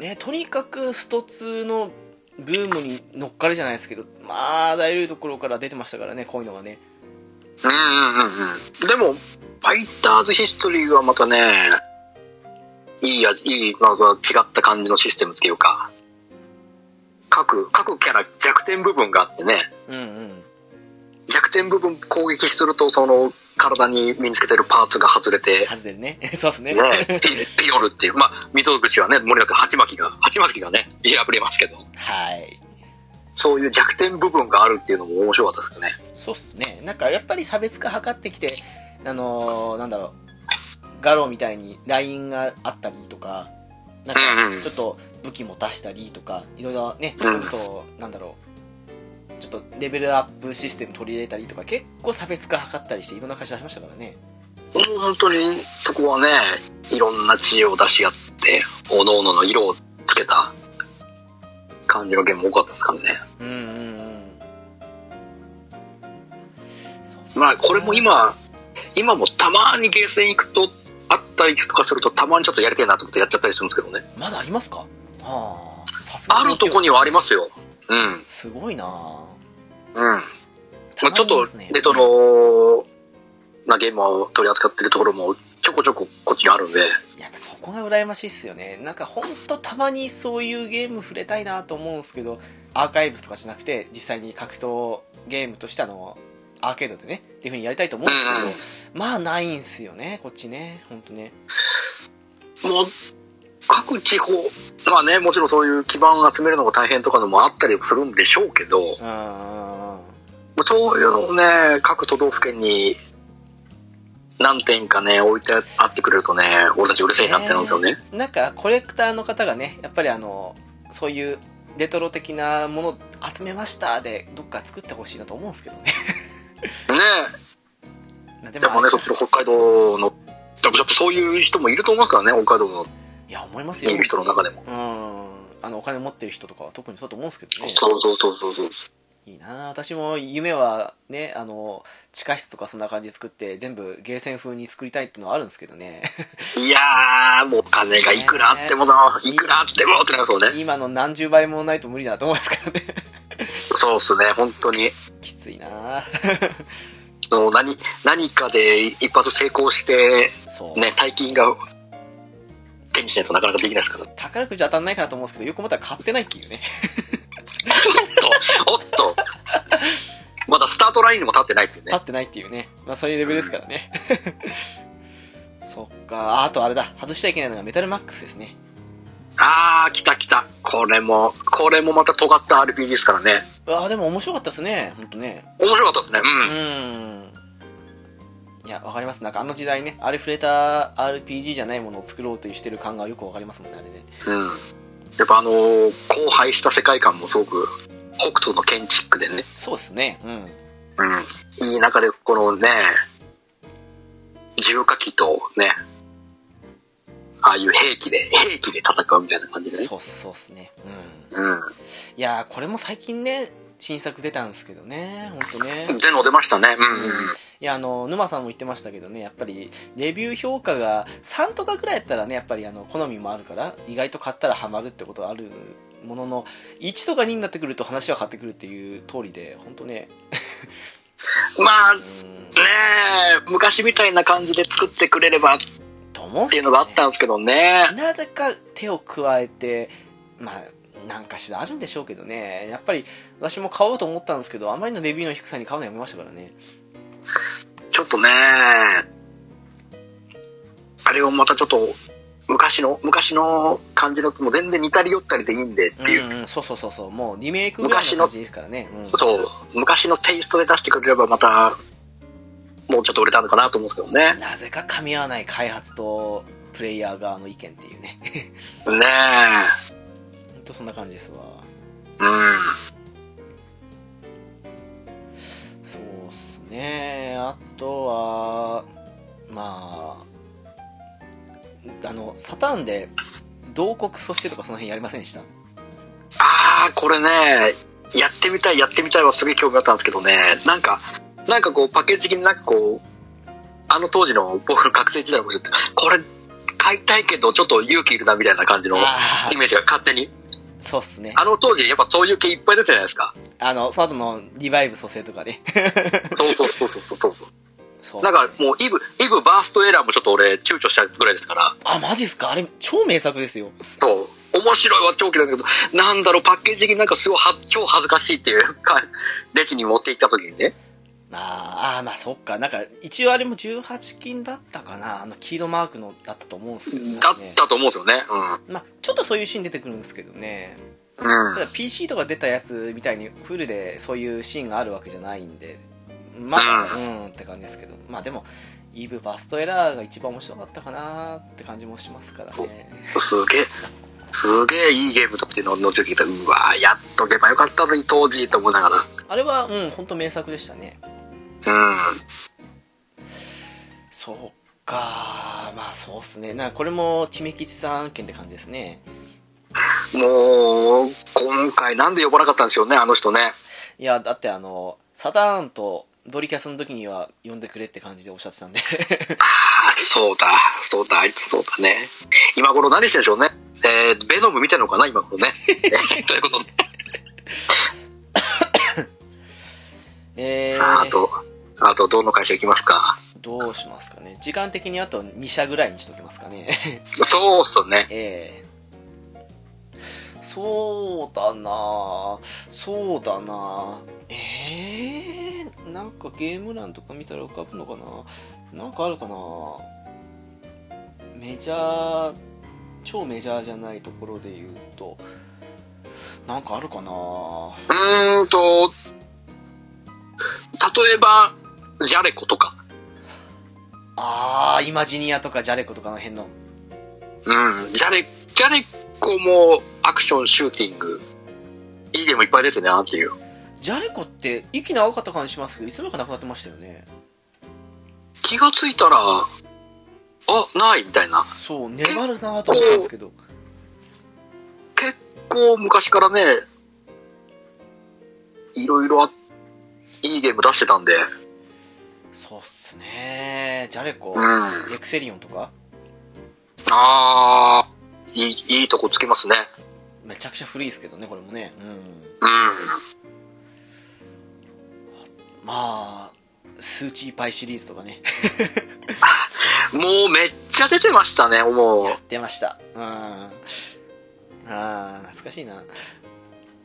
Speaker 2: え。
Speaker 1: ね、とにかくスト2のブームに乗っかるじゃないですけど、まあ、大いところから出てましたからね、こういうのがね。
Speaker 2: うんうんうんうん。でも、ファイターズヒストリーはまたね、いい味、いい、まあ、違った感じのシステムっていうか、各、各キャラ弱点部分があってね、
Speaker 1: うんうん。
Speaker 2: 弱点部分攻撃すると、その、体に身につけてるパーツが外れて、
Speaker 1: 外れるね。 そうっすね。
Speaker 2: ね、ピ、ピオルっていう、まあ、溝口はね、森田君、鉢巻きが、鉢巻きがね、破れますけど、
Speaker 1: はい。
Speaker 2: そういう弱点部分があるっていうのも面白かったですかね。
Speaker 1: そうっすね。なんかやっぱり差別化図ってきて、あのーなんだろう、ガロみたいにラインがあったりとか、なんか
Speaker 2: うんうん
Speaker 1: ちょっと武器持たしたりとか、いろいろね、
Speaker 2: うん
Speaker 1: それこそ、なんだろう、ちょっとレベルアップシステム取り入れたりとか、結構差別化図ったりして、いろんな会社しましたからね。
Speaker 2: もう本当にそこはねいろんな知恵を出し合っておののの色をつけた感じのゲーム多かったですからね
Speaker 1: うんうんうん。そうっすね
Speaker 2: まあこれも、今今もたまにゲーセン行くとあったりとかするとたまにちょっとやりたいなと思ってやっちゃったりするんですけどね
Speaker 1: まだありますかああ、さすが
Speaker 2: あるとこにはありますようんうん
Speaker 1: すごいなぁ
Speaker 2: まあちょ
Speaker 1: ま
Speaker 2: っ
Speaker 1: り
Speaker 2: と
Speaker 1: ですね
Speaker 2: レトロなゲームを取り扱ってるところもちょこちょここっちにあるんで
Speaker 1: やっぱそこが羨ましいっすよねなんかほんとたまにそういうゲーム触れたいなと思うんですけどアーカイブスとかじゃなくて実際に格闘ゲームとしてあのアーケードでねっていう風にやりたいと思うんですけど、
Speaker 2: うんうん
Speaker 1: まあないんすよねこっちねほんとね
Speaker 2: もう各地方まあねもちろんそういう基盤を集めるのも大変とかのもあったりもするんでしょうけども
Speaker 1: うんうんうん
Speaker 2: うそういうのをね各都道府県に何点かね置いてあってくれるとね俺たち嬉しいなってなんですよね、
Speaker 1: なんかコレクターの方がねやっぱりあのそういうレトロ的なもの集めましたでどっか作ってほ しいなと思うんですけどね
Speaker 2: ね
Speaker 1: まあ
Speaker 2: でもねそっちの北海道のやっぱそういう人もいると思いますからね、北海道の
Speaker 1: いや、思いますよ。
Speaker 2: いる人の中でも。
Speaker 1: うん。あの、お金持ってる人とかは特にそうだと思うんですけどね。
Speaker 2: そうそうそうそうそう。
Speaker 1: いいなあ私も夢はね、あの、地下室とかそんな感じで作って、全部ゲーセン風に作りたいってのはあるんですけどね。
Speaker 2: いやー、もうお金がいくらあってもだ、いくらあってもってなるそうね。
Speaker 1: 今の何十倍もないと無理だと思いますからね。
Speaker 2: そうっすね、本当に。
Speaker 1: きついなあ
Speaker 2: もう何、何かで一発成功して、
Speaker 1: そう。
Speaker 2: ね、大金が手にしないとなかなかできないですから。
Speaker 1: 宝くじ当たんないかなと思うんですけど、よく思ったら買ってないっていうね。
Speaker 2: おっと、まだスタートラインにも立ってないっていうね
Speaker 1: 立。ってないっていうね。まあそういうレベルですからね。 そっか。ああとあれだ。外しちゃいけないのがメタルマックスですね。
Speaker 2: あー、来た来た。これも、これもまた尖った RPG ですからね。
Speaker 1: ああ、でも面白かったですね。ほんとね。
Speaker 2: 面白かったですね。
Speaker 1: う
Speaker 2: う。
Speaker 1: んん。いや、わかります。なんかあの時代ね、アルフレーター RPG じゃないものを作ろうというしてる感がよくわかりますもんね、あれね。
Speaker 2: うん。やっぱあのー、荒廃した世界観もすごく、北斗の建築でね、
Speaker 1: そうですね。うん。
Speaker 2: うん。いい中で、このね、重火器とね、ああいう兵器で、兵器で戦うみたいな感じでね。
Speaker 1: そうっすそうっすね。うん。
Speaker 2: う
Speaker 1: いやー、これも最近ね、新作出たんですけどね。ほんとね。
Speaker 2: ん。ゼノ出ましたね。うん。
Speaker 1: いやあの沼さんも言ってましたけどねやっぱりレビュー評価が3とかぐらいやったらねやっぱりあの好みもあるから意外と買ったらハマるってことはあるものの1とか2になってくると話は変わってくるっていう通りで本当ね
Speaker 2: まあ、
Speaker 1: う
Speaker 2: ね
Speaker 1: ん
Speaker 2: え、昔みたいな感じで作ってくれればっ
Speaker 1: と思うんで
Speaker 2: てい
Speaker 1: す
Speaker 2: うのがあったんですけどね。
Speaker 1: なぜか手を加えてまあなんかしらあるんでしょうけどねやっぱり私も買おうと思ったんですけどあまりのレビューの低さに買うのやめましたからね
Speaker 2: ちょっとね、あれをまたちょっと、昔の、昔の感じの、もう全然似たり寄ったりでいいんでっていう、
Speaker 1: うんうん、そうそうそうそうもうリメイクぐらいの感じですからね、うん
Speaker 2: そう、昔のテイストで出してくれればまた、もうちょっと売れたのかなと思うんですけどね。
Speaker 1: なぜか噛み合わない開発とプレイヤー側の意見っていうね
Speaker 2: ねえ、
Speaker 1: ほんとそんな感じですわ
Speaker 2: うん。
Speaker 1: そうっすねあとはまああのサターンで同国そしてとかその辺やりませんでした
Speaker 2: ああ、これね、やってみたい、やってみたいはすげえ興味あったんですけどね、なんか、なんかこう、パッケージ的になんかこう、あの当時の僕の学生時代のちょっと、これ、買いたいけど、ちょっと勇気いるなみたいな感じの
Speaker 1: あ
Speaker 2: イメージが勝手に。
Speaker 1: ーそうっすね
Speaker 2: あの当時、やっぱそういう系いっぱい出てたじゃないですか。
Speaker 1: あのその後のリバイブ蘇生とかね
Speaker 2: そうそうそうそうそうそう。
Speaker 1: そう
Speaker 2: なんかもう、イブ、イブバーストエラーもちょっと俺、躊躇したぐらいですから、
Speaker 1: あマジっすかあれ超名作ですよ
Speaker 2: そう。面白いは超嫌いだけど、なんだろう、パッケージ的になんかすごいは、超恥ずかしいっていう か、レジに持って行った時にね。
Speaker 1: あーあーまあそっかなんか一応あれも18金だったかなあの黄色マークのだったと思うんですけどね
Speaker 2: だったと思うんですよね。
Speaker 1: まあ、ちょっとそういうシーン出てくるんですけどね
Speaker 2: うん。うん
Speaker 1: た。だ PC とか出たやつみたいにフルでそういうシーンがあるわけじゃないんでまあうんって感じですけどまあでもイブバストエラーが一番面白かったかなって感じもしますからね
Speaker 2: すげえ、すげえいいゲームだっていうのを後々聞いた。うわやっとけばよかったのに当時と思いながら。
Speaker 1: あれはうん本当名作でしたね
Speaker 2: うん。
Speaker 1: そうかまあそうっすねなんかこれも姫吉さん案件って感じですね
Speaker 2: もう、今回なんで呼ばなかったんでしょうね、あの人ね。
Speaker 1: いやだってあのサターンとドリキャスの時には呼んでくれって感じでおっしゃってたんで
Speaker 2: ああ、そうだ、そうだ、あいつそうだね。今頃何してんでしょうね。えー、ベノム見てんのかな、今頃 ね。えーということで、
Speaker 1: えー、
Speaker 2: さあ、あと、あと、どの会社行きますか。
Speaker 1: どうしますかね時間的にあと2社ぐらいにしときますかね
Speaker 2: そうっすね。
Speaker 1: ええそうだなあそうだなあええなんかゲーム欄とか見たら浮かぶのかななんかあるかなメジャー超メジャーじゃないところで言うとなんかあるかな
Speaker 2: うーんと、例えば、ジャレコとか。
Speaker 1: あーイマジニアとかジャレコとかの辺の
Speaker 2: うん、ジャレ、ジャレコもアクション、シューティング、いいゲームいっぱい出てるなっていう。
Speaker 1: ジャレコって息長かった感じしますけどいつの間にかなくなってましたよね
Speaker 2: 気がついたら、あ、ないみたいな。
Speaker 1: そう、粘るなと思ったんですけど、
Speaker 2: 結構昔からね、いろいろあいいゲーム出してたんで。
Speaker 1: そうっすね、ジャレコ
Speaker 2: う、ん。
Speaker 1: エクセリオンとか、
Speaker 2: あー、いい、いいとこつきますね。
Speaker 1: めちゃくちゃ古いですけどね、これもね。うん。
Speaker 2: うん。
Speaker 1: まあ、スーチーパイシリーズとかね、
Speaker 2: もうめっちゃ出てましたね、もう。
Speaker 1: 出ました。うん。ああ、懐かしいな。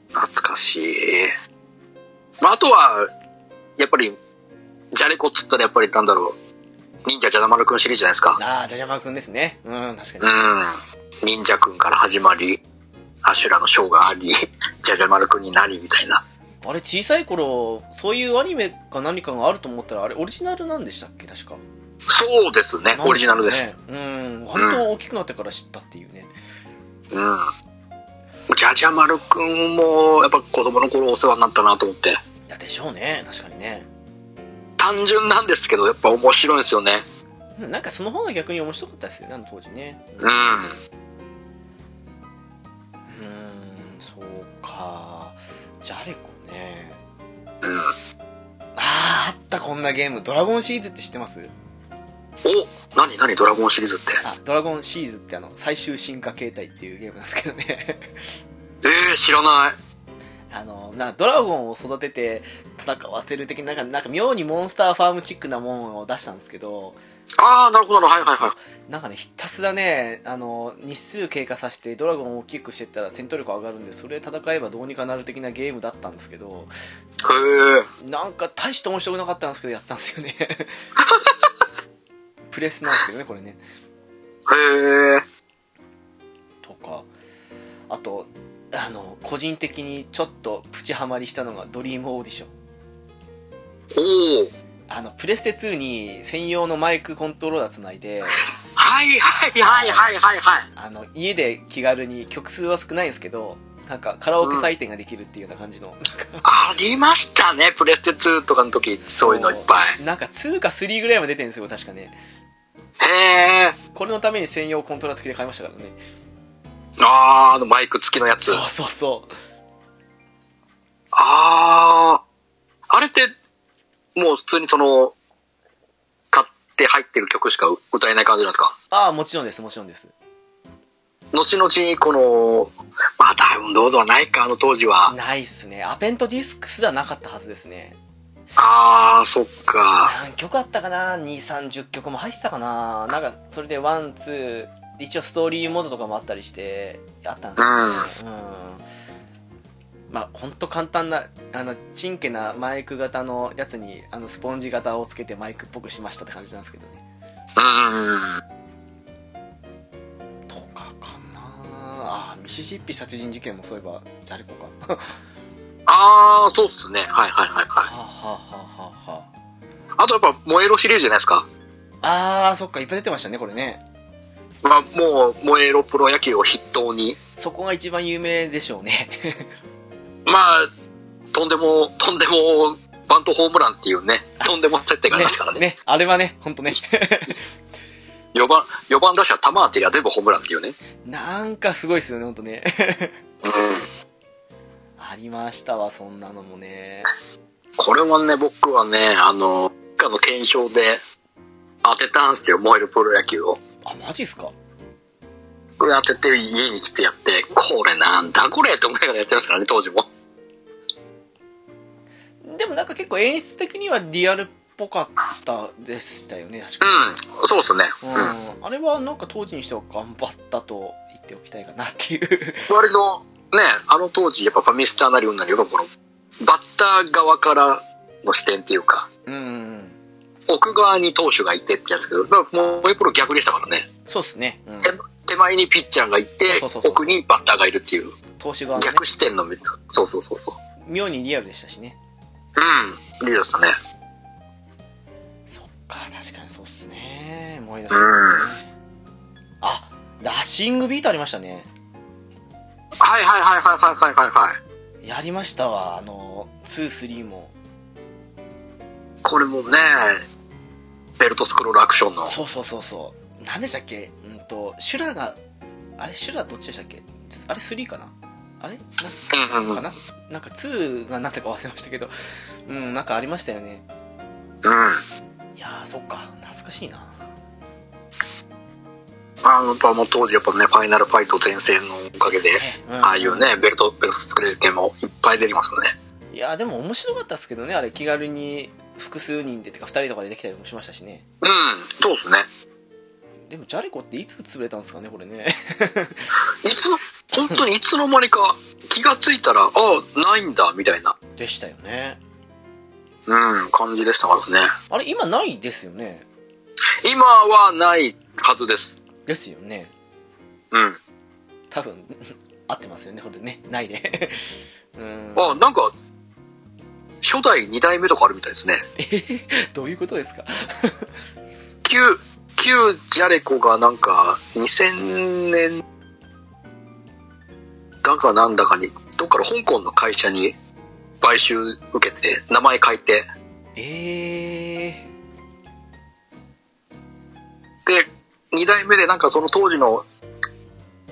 Speaker 2: 懐かしい。まあ、あとは、やっぱり、じゃれこっつったらやっぱりなんだろう。忍者じゃなまるくんシリーズじゃないですか。
Speaker 1: ああ、じゃじゃまくんですね。うん、確
Speaker 2: う
Speaker 1: かに。
Speaker 2: ん。忍者くんから始まり、アシュラのショーがあり、 じゃじゃまるくんになりみたいな。
Speaker 1: あれ、小さい頃、そういうアニメか何かがあると思ったら、あれ、オリジナルなんでしたっけ、確か。
Speaker 2: そうですね、オリジナルです。
Speaker 1: なんしょうね。うん、割と大きくなってから知ったっていうね。
Speaker 2: うん。じゃじゃまるくんも、やっぱ子供の頃お世話になったなと思って。
Speaker 1: いや、でしょうね、確かにね。
Speaker 2: 単純なんですけど、やっぱ面白いですよね。
Speaker 1: うんなんかその方が逆に面白かったですよね、あの当時ね。
Speaker 2: う
Speaker 1: うー
Speaker 2: ん。
Speaker 1: ん、そうか。じゃれこね。
Speaker 2: うん。
Speaker 1: あー、あった、こんなゲーム。ドラゴンシリーズって知ってます
Speaker 2: お何何ドラゴンシリーズって。
Speaker 1: あ、ドラゴンシリーズってあの、最終進化形態っていうゲームなんですけどね。
Speaker 2: えー、知らない。
Speaker 1: あの、な、ドラゴンを育てて戦わせる的な、なんか、なんか妙にモンスターファームチックなもんを出したんですけど、
Speaker 2: ああ、なるほどなるほど、はいはいはい。
Speaker 1: なんかね、ひたすらね、あの、日数経過させてドラゴンを大きくしていったら戦闘力上がるんで、それ戦えばどうにかなる的なゲームだったんですけど、
Speaker 2: へえ。
Speaker 1: なんか大して面白くなかったんですけど、やってたんです よね。プレスなんですけどね、これね。
Speaker 2: へえ。
Speaker 1: とか、あと、あの、個人的にちょっとプチハマりしたのがドリームオーディション。
Speaker 2: おお。
Speaker 1: あの、プレステ2に専用のマイクコントローラーつない で、
Speaker 2: はいはいはいはいはいはい。
Speaker 1: あの、家で気軽に曲数は少ないんですけど、なんかカラオケ採点ができるっていうような感じ の、
Speaker 2: ありましたね、プレステ2とかの時、そういうのいっぱい。
Speaker 1: なんか2か3ぐらいまで出てるんですよ、確かね。
Speaker 2: へえ。
Speaker 1: これのために専用コントローラー付きで買いましたからね。
Speaker 2: あーあの、マイク付きのやつ
Speaker 1: そう。そうそう。
Speaker 2: ああ。あれって、もう普通にその、買って入ってる曲しか歌えない感じなんですか
Speaker 1: ああ、もちろんです、もちろんです。
Speaker 2: 後々、この、まあダウンロードはないか、あの当時は。
Speaker 1: ないっすね。アペントディスクスはなかったはずですね。
Speaker 2: ああ、そっか。
Speaker 1: 何曲あったかな ?2、30曲も入ってたかななんか、それでワン、ツー、一応ストーリーモードとかもあったりして、あったんです
Speaker 2: う
Speaker 1: けど
Speaker 2: ん。
Speaker 1: うんまあ本当簡単なあのチンケなマイク型のやつにあのスポンジ型をつけてマイクっぽくしましたって感じなんですけどね
Speaker 2: うん。
Speaker 1: とかかなあーミシシッピ殺人事件もそういえばじゃれこか は
Speaker 2: ああ、そうっすね。はいはいはいはい。
Speaker 1: あはあはあはあ
Speaker 2: あとやっぱ、燃えろシリーズじゃないですか。
Speaker 1: あーそっかいっぱい出てましたねこれね
Speaker 2: まあ、もう、燃えろプロ野球を筆頭に、
Speaker 1: そこが一番有名でしょうね
Speaker 2: まあ、とんでも、とんでも、バントホームランっていう ね、とんでも設定がありますからね。
Speaker 1: ねあれはね本当ね
Speaker 2: 4番、4番打者、玉当てが全部ホームランっていうね。
Speaker 1: なんかすごいですよね本当ね
Speaker 2: うん。
Speaker 1: ありましたわそんなのもね
Speaker 2: これはね、僕はね、あの、かの検証で当てたんすよ、燃えるプロ野球を。
Speaker 1: あマジっすか
Speaker 2: 当てて家に来てやって、これなんだこれって思いながらやってますからね、当時も。
Speaker 1: でもなんか結構演出的にはリアルっぽかったでしたよね、確か
Speaker 2: うん、そうっすね。
Speaker 1: に。
Speaker 2: うん。
Speaker 1: うんあれはなんか当時にしては頑張ったと言っておきたいかなっていう。
Speaker 2: 割とねあの当時やっぱファミスターなりうんなりやっぱこのバッター側からの視点っていうか
Speaker 1: うんうんうん。
Speaker 2: 奥側に投手がいてってやつけどだからもう一プロ逆でしたからね
Speaker 1: そうっすね。うん。
Speaker 2: 手前にピッチャーがいて
Speaker 1: そうそうそう
Speaker 2: 奥にバッターがいるっていう
Speaker 1: 投資側のね、
Speaker 2: 逆視点のみそうそうそうそう
Speaker 1: 妙にリアルでしたしね。
Speaker 2: うんリーダーしたね
Speaker 1: そっか、確かにそうっすね。思い出しますね。あ、ラッシングビートありましたね。
Speaker 2: はいはいはいはいはいはいはいはい
Speaker 1: やりましたわ、あの、2、3も。
Speaker 2: これもねベルトスクロールアクションの
Speaker 1: そうそうそうそう。何でしたっけうんとシュラがあれシュラどっちでしたっけあれ3かなあれ
Speaker 2: うんうん
Speaker 1: な
Speaker 2: う
Speaker 1: んか
Speaker 2: ん。う
Speaker 1: ななんか2が何だか忘れましたけどうんなんかありましたよね
Speaker 2: ん。
Speaker 1: いやーそっか懐かしいな
Speaker 2: あの、やっぱもう当時やっぱね、ファイナルファイト前線のおかげで、ああいうね、ベルト、ベルト作れる系もいっぱい出てきますよね。
Speaker 1: いやでも面白かったですけどねあれ気軽に複数人でてか2人とかでできたりもしましたしね
Speaker 2: うん、そうですね。
Speaker 1: でもジャリコっていつ潰れたんですかねこれね
Speaker 2: いつの、本当にいつの間にか気がついたら、ああ、ないんだ、みたいな、
Speaker 1: でしたよね
Speaker 2: うん、感じでしたからね。
Speaker 1: あれ今ないですよね
Speaker 2: 今はないはずです。
Speaker 1: ですよね
Speaker 2: うん。
Speaker 1: 多分 合ってますよねこれねないで うーん
Speaker 2: あ、なんか、初代2代目とかあるみたいですね。
Speaker 1: どういうことですか
Speaker 2: 旧、旧ジャレコがなんか、2000年、だかなんだかに、どっから香港の会社に買収受けて、名前変えて、
Speaker 1: ええ
Speaker 2: で、2代目でなんかその当時の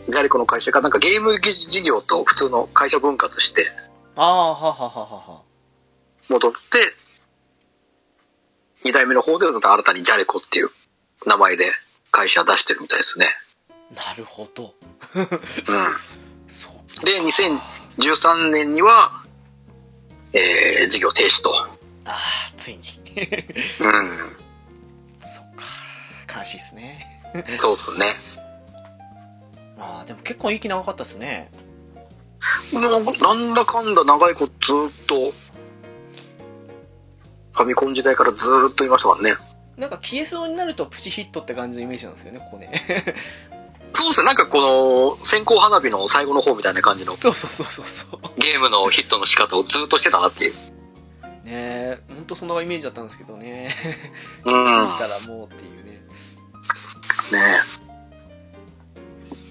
Speaker 2: ジャレコの会社がなんかゲーム事業と普通の会社分割して
Speaker 1: ああははははは
Speaker 2: 戻って、2代目の方でまた新たにジャレコっていう名前で会社出してるみたいですね。
Speaker 1: なるほど
Speaker 2: う。
Speaker 1: そうん
Speaker 2: で、2013年には、えー、事業停止と。
Speaker 1: ああついに
Speaker 2: う
Speaker 1: そっか悲しいですね
Speaker 2: ん。そうですね。
Speaker 1: まあでも結構息長かったですね
Speaker 2: なんかなんだかんだ長いことずっと、ファミコン時代からずっといましたからね。
Speaker 1: なんか消えそうになるとプチヒットって感じのイメージなんですよねここね
Speaker 2: そうですね、なんかこの、線香花火の最後の方みたいな感じ の
Speaker 1: そうそうそうそうそう
Speaker 2: ゲームのヒットの仕方をずっとしてたなっていう。
Speaker 1: ねえほんとそんなイメージだったんですけどね
Speaker 2: う
Speaker 1: 見
Speaker 2: ん。
Speaker 1: たらもうっていうね
Speaker 2: ね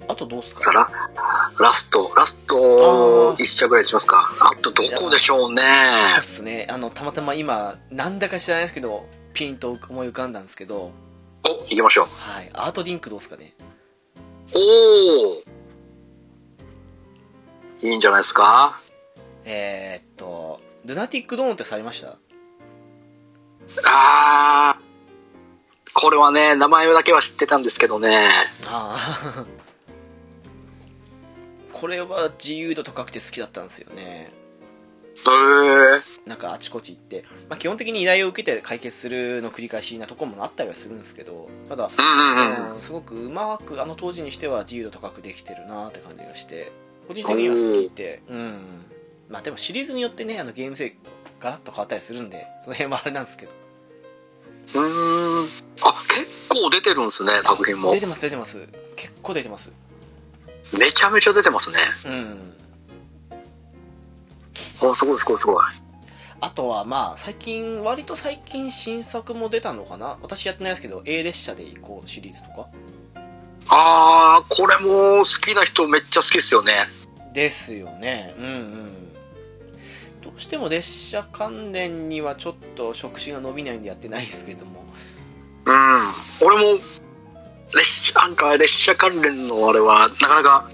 Speaker 1: あとどうっす
Speaker 2: さ
Speaker 1: か
Speaker 2: ら、ラスト、ラス
Speaker 1: あ
Speaker 2: ト
Speaker 1: ー
Speaker 2: 一社ぐらいしますか。あとどこでしょうね。
Speaker 1: そうっすねあのたまたま今なんだか知らないですけどピンと思い浮かんだんですけど
Speaker 2: お、行きましょう。
Speaker 1: はいアートリンクどうっすかね
Speaker 2: おーいいんじゃないですか
Speaker 1: えーっと、ルナティックドーンってされました
Speaker 2: あー。これはね、名前だけは知ってたんですけどね。
Speaker 1: ああ。 これは自由度高くて好きだったんですよね。
Speaker 2: へー。
Speaker 1: なんかあちこち行って。まあ、基本的に依頼を受けて解決するの繰り返しなとこもあったりはするんですけど、ただ、
Speaker 2: うんうんうん。
Speaker 1: うんすごくうまく、あの当時にしては自由度高くできてるなって感じがして、個人的には好きって、うん。まあでもシリーズによってね、あのゲーム性ガラッと変わったりするんで、その辺はあれなんですけど。
Speaker 2: うーん。あ、結構出てるんですね、作品も
Speaker 1: 出。てます出てます。結構出てます。
Speaker 2: めちゃめちゃ出てますね。
Speaker 1: うん。
Speaker 2: あ、すごいすごいすごい。
Speaker 1: あとはまあ最近割と最近新作も出たのかな私やってないですけど A 列車で行こうシリーズとか
Speaker 2: あー、これも好きな人めっちゃ好きっすよね。
Speaker 1: ですよねうんうんどうしても列車関連にはちょっと触手が伸びないんでやってないですけども
Speaker 2: うん。俺も、列車、なんか列車関連のあれは、なかなか、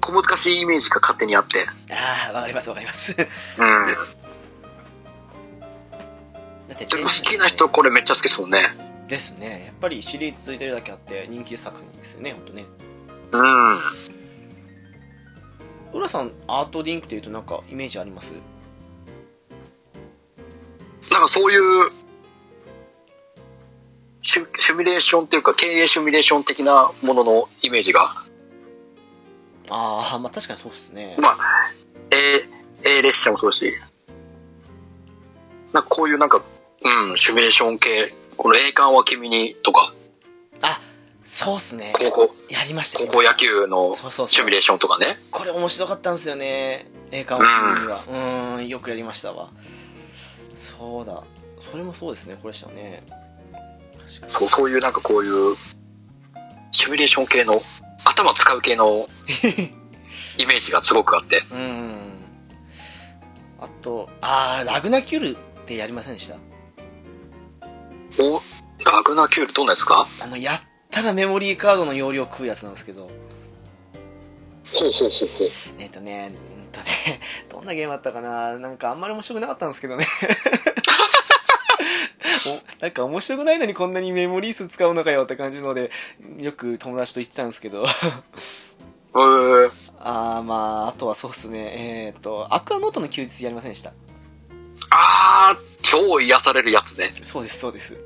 Speaker 2: 小難しいイメージが勝手にあって。
Speaker 1: ああわかりますわかります だ
Speaker 2: うん。
Speaker 1: って
Speaker 2: でも好きな人これめっちゃ好きっすもんね。
Speaker 1: ですねやっぱりシリーズ続いてるだけあって人気作品ですよね本当ね
Speaker 2: うん。
Speaker 1: 浦さんアートリンクっていうとなんかイメージあります
Speaker 2: なんかそういう、シュシュミュレーションっていうか、経営シミュレーション的なもののイメージが、
Speaker 1: ああまあ確かにそうですね
Speaker 2: まあ、えー、えー列車もそうだし、なんかこういうなんか、うん、シミュレーション系、この栄冠は君にとか、
Speaker 1: あそうっすね
Speaker 2: 高校、
Speaker 1: やりました
Speaker 2: 高校野球の
Speaker 1: そうそうそう
Speaker 2: シミュレーションとかね。
Speaker 1: これ面白かったんですよね栄冠を君にはうーんよくやりましたわそうだそれもそうですねこれでしたね確かに
Speaker 2: そう、そういうなんかこういう、シミュレーション系の、頭使う系の、イメージがすごくあ って。
Speaker 1: うーんあとあーラグナキュールってやりませんでした
Speaker 2: お、ラグナキュールどんなやつですか
Speaker 1: あのやっったらメモリーカードの容量食うやつなんですけど、
Speaker 2: ほうほうほうほう。
Speaker 1: えっ、とね、うんとね、 どんなゲームだったかな、なんかあんまり面白くなかったんですけど ね。おなんか面白くないのにこんなにメモリー数使うのかよって感じので、よく友達と言ってたんですけど。
Speaker 2: へえ。
Speaker 1: あーまあ、あとはそうっすね。えっ、と、アクアノートの休日やりませんでした。
Speaker 2: あー、超癒されるやつね。
Speaker 1: そうです、そうです。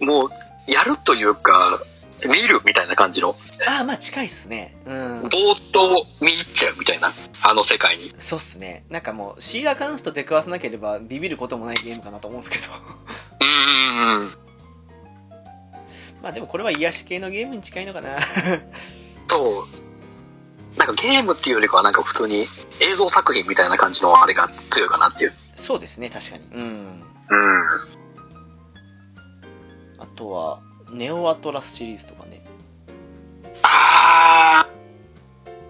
Speaker 2: もう、やるというか、見るみたいな感じの。
Speaker 1: あーまあ近いっすね。うん。
Speaker 2: ぼーっと見入っちゃうみたいな。あの世界に。
Speaker 1: そうっすね。なんかもう、シーラカンスと出くわさなければビビることもないゲームかなと思うんですけど。
Speaker 2: うーん。
Speaker 1: まあでもこれは癒し系のゲームに近いのかな。
Speaker 2: そう。なんかゲームっていうよりかはなんか普通に映像作品みたいな感じのあれが強いかなっていう。
Speaker 1: そうですね、確かに。うん。
Speaker 2: うん。
Speaker 1: あとは、ネオアトラスシリーズとかね。
Speaker 2: あ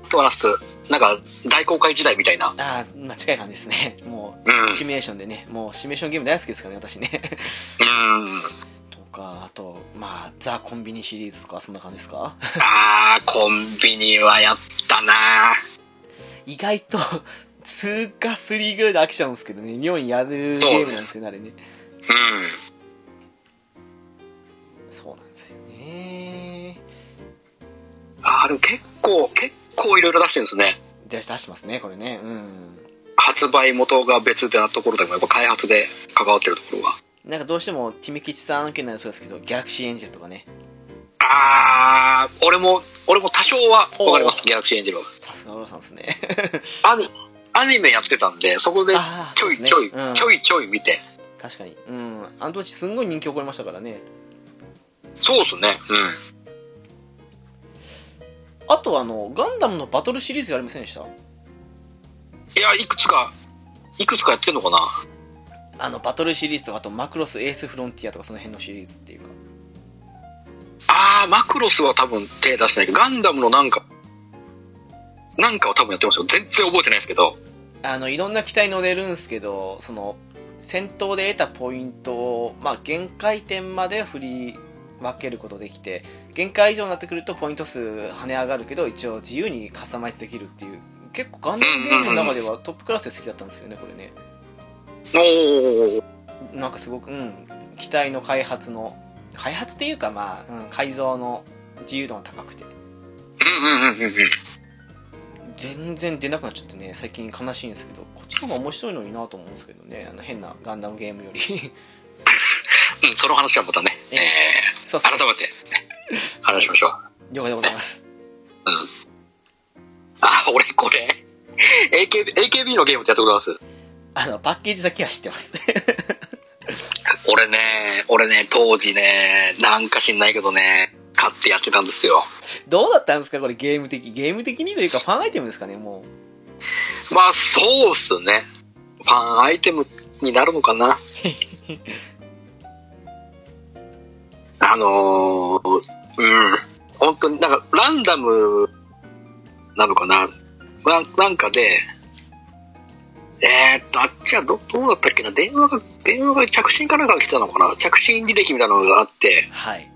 Speaker 2: ー。トラス、なんか大航海時代みたいな。
Speaker 1: ああ、まあ近い感じです ね。も
Speaker 2: うん。
Speaker 1: う、シミュレーションでね、もうシミュレーションゲーム大好きですからね、 私ね。
Speaker 2: うん。
Speaker 1: とか、あと、まあ、ザ・コンビニシリーズとか、そんな感じですか
Speaker 2: あー、コンビニはやったな
Speaker 1: 意外と、2か3ぐらいで飽きちゃうんですけどね、妙にやるゲームなんですよね、あれね。
Speaker 2: うん。
Speaker 1: そうなんですよね。
Speaker 2: あー、でも結構、結構いろいろ出してるんですね。
Speaker 1: で出してますね、これね。うん。
Speaker 2: 発売元が別でなところでも、やっぱ開発で関わってるところが。
Speaker 1: なんかどうしても、キミキチさん案件になりそうですけど、ギャラクシーエンジェルとかね。
Speaker 2: あー、俺も、俺も多少はわかります、
Speaker 1: お
Speaker 2: ギャラクシーエンジェルは。
Speaker 1: さすがオロさんですね。
Speaker 2: アニアニメやってたんで、そこで
Speaker 1: あー
Speaker 2: ち
Speaker 1: そう
Speaker 2: ょ
Speaker 1: で
Speaker 2: い
Speaker 1: すね
Speaker 2: ちょい、
Speaker 1: うん
Speaker 2: ちょいちょい見て。
Speaker 1: 確かに。うん。あの当時すんごい人気起こりましたからね。
Speaker 2: そうですね。うん。
Speaker 1: あとあの、ガンダムのバトルシリーズやりませんでした
Speaker 2: いや、いくつか、いくつかやってんのかな
Speaker 1: あの、バトルシリーズとか、あとマクロスエースフロンティアとかその辺のシリーズっていうか。
Speaker 2: あー、マクロスは多分手出してないけど、ガンダムのなんか、なんかは多分やってましたよ。全然覚えてないですけど。
Speaker 1: あの、いろんな機体乗れるんですけど、その、戦闘で得たポイントを、まあ、限界点まで振り分けることできて、限界以上になってくるとポイント数跳ね上がるけど、一応自由にカスタマイズできるっていう、結構ガンダムゲームの中ではトップクラスで好きだったんですよね、これね。
Speaker 2: おー。
Speaker 1: なんかすごく、うん、機体の開発の、開発っていうか、まあ、うん、改造の自由度が高くて、
Speaker 2: うんうんうんうんうん。
Speaker 1: 全然出なくなっちゃってね、最近悲しいんですけど、こっちの方が面白いのになと思うんですけどね、あの変なガンダムゲームより。
Speaker 2: うん、その話はまたね、
Speaker 1: え
Speaker 2: え
Speaker 1: え
Speaker 2: ー、
Speaker 1: そうそう
Speaker 2: 改、めて話しましょう。
Speaker 1: 了解でございます。
Speaker 2: あ、俺これ、AKB, AKB のゲームってやったことあります
Speaker 1: あの、パッケージだけは知ってます。
Speaker 2: 俺ね、俺ね、当時ね、なんか知んないけどね、買ってやってたんですよ。
Speaker 1: どうだったんですか、これゲーム的。ゲーム的にというか、ファンアイテムですかね、もう。
Speaker 2: まあ、そうっすね。ファンアイテムになるのかなあのー、うん。本当になんか、ランダムなのかなななんかで、えーっと、あっちはど、どうだったっけな電話が、電話が着信かなんかが来たのかな着信履歴みたいなのがあって、
Speaker 1: はい。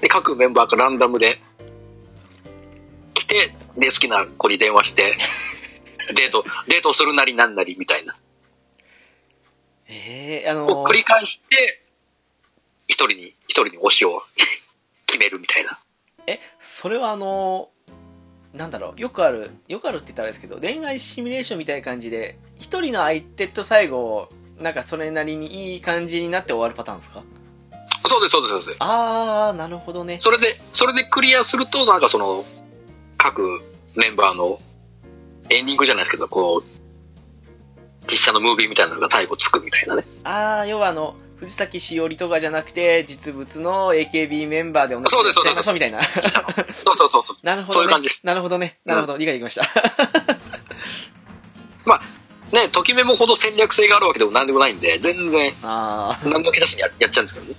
Speaker 2: で、各メンバーがランダムで来て、で、好きな子に電話 して、デート、デートするなりなんなりみたいな。
Speaker 1: えー、あの
Speaker 2: を繰り返して、一人に、一人に推しを 決めるみたいな。
Speaker 1: え、それはあのなんだろう、よくある、よくあるって言ったらあれですけど、恋愛シミュレーションみたいな感じで、一人の相手と最後、なんかそれなりにいい感じになって終わるパターンですか
Speaker 2: そうです、そうです、そうです。
Speaker 1: あー、なるほどね。
Speaker 2: それで、それでクリアすると、なんかその、各メンバーのエンディングじゃないですけど、こう、実写のムービーみたいなのが最後つくみた いなね。
Speaker 1: あー、要はあの、藤崎しおりとかじゃなくて、実物の AKB メンバーで同じ
Speaker 2: そうです
Speaker 1: やっちゃいましょうみたいな。
Speaker 2: そうそうそうそう。
Speaker 1: なるほど、ね。
Speaker 2: そういう感じです
Speaker 1: なるほどね。なるほど。理解できました。
Speaker 2: ね、ときめもほど戦略性があるわけでも何でもないんで、全然、
Speaker 1: あ
Speaker 2: 何の気なしにややっちゃうんですけどね。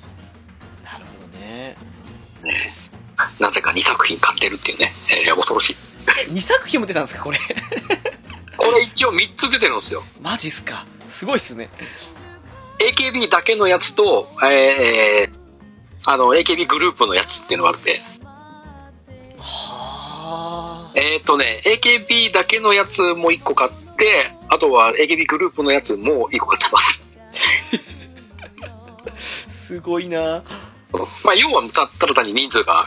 Speaker 1: ー、なるほどね。
Speaker 2: ねなぜか2作品買ってるっていうね、えー恐ろしい。
Speaker 1: え、2作品も出たんですか、これ。
Speaker 2: これ一応3つ出てるんですよ。
Speaker 1: マジっすか。すごいっすね。
Speaker 2: AKB だけのやつと、えー、あの、AKB グループのやつっていうのがあって、
Speaker 1: はあ
Speaker 2: えっ、とね、AKB だけのやつも1個買って、あとは AKB グループのやつも1個買ってます。
Speaker 1: すごいな
Speaker 2: まあ、要はたただ単に人数が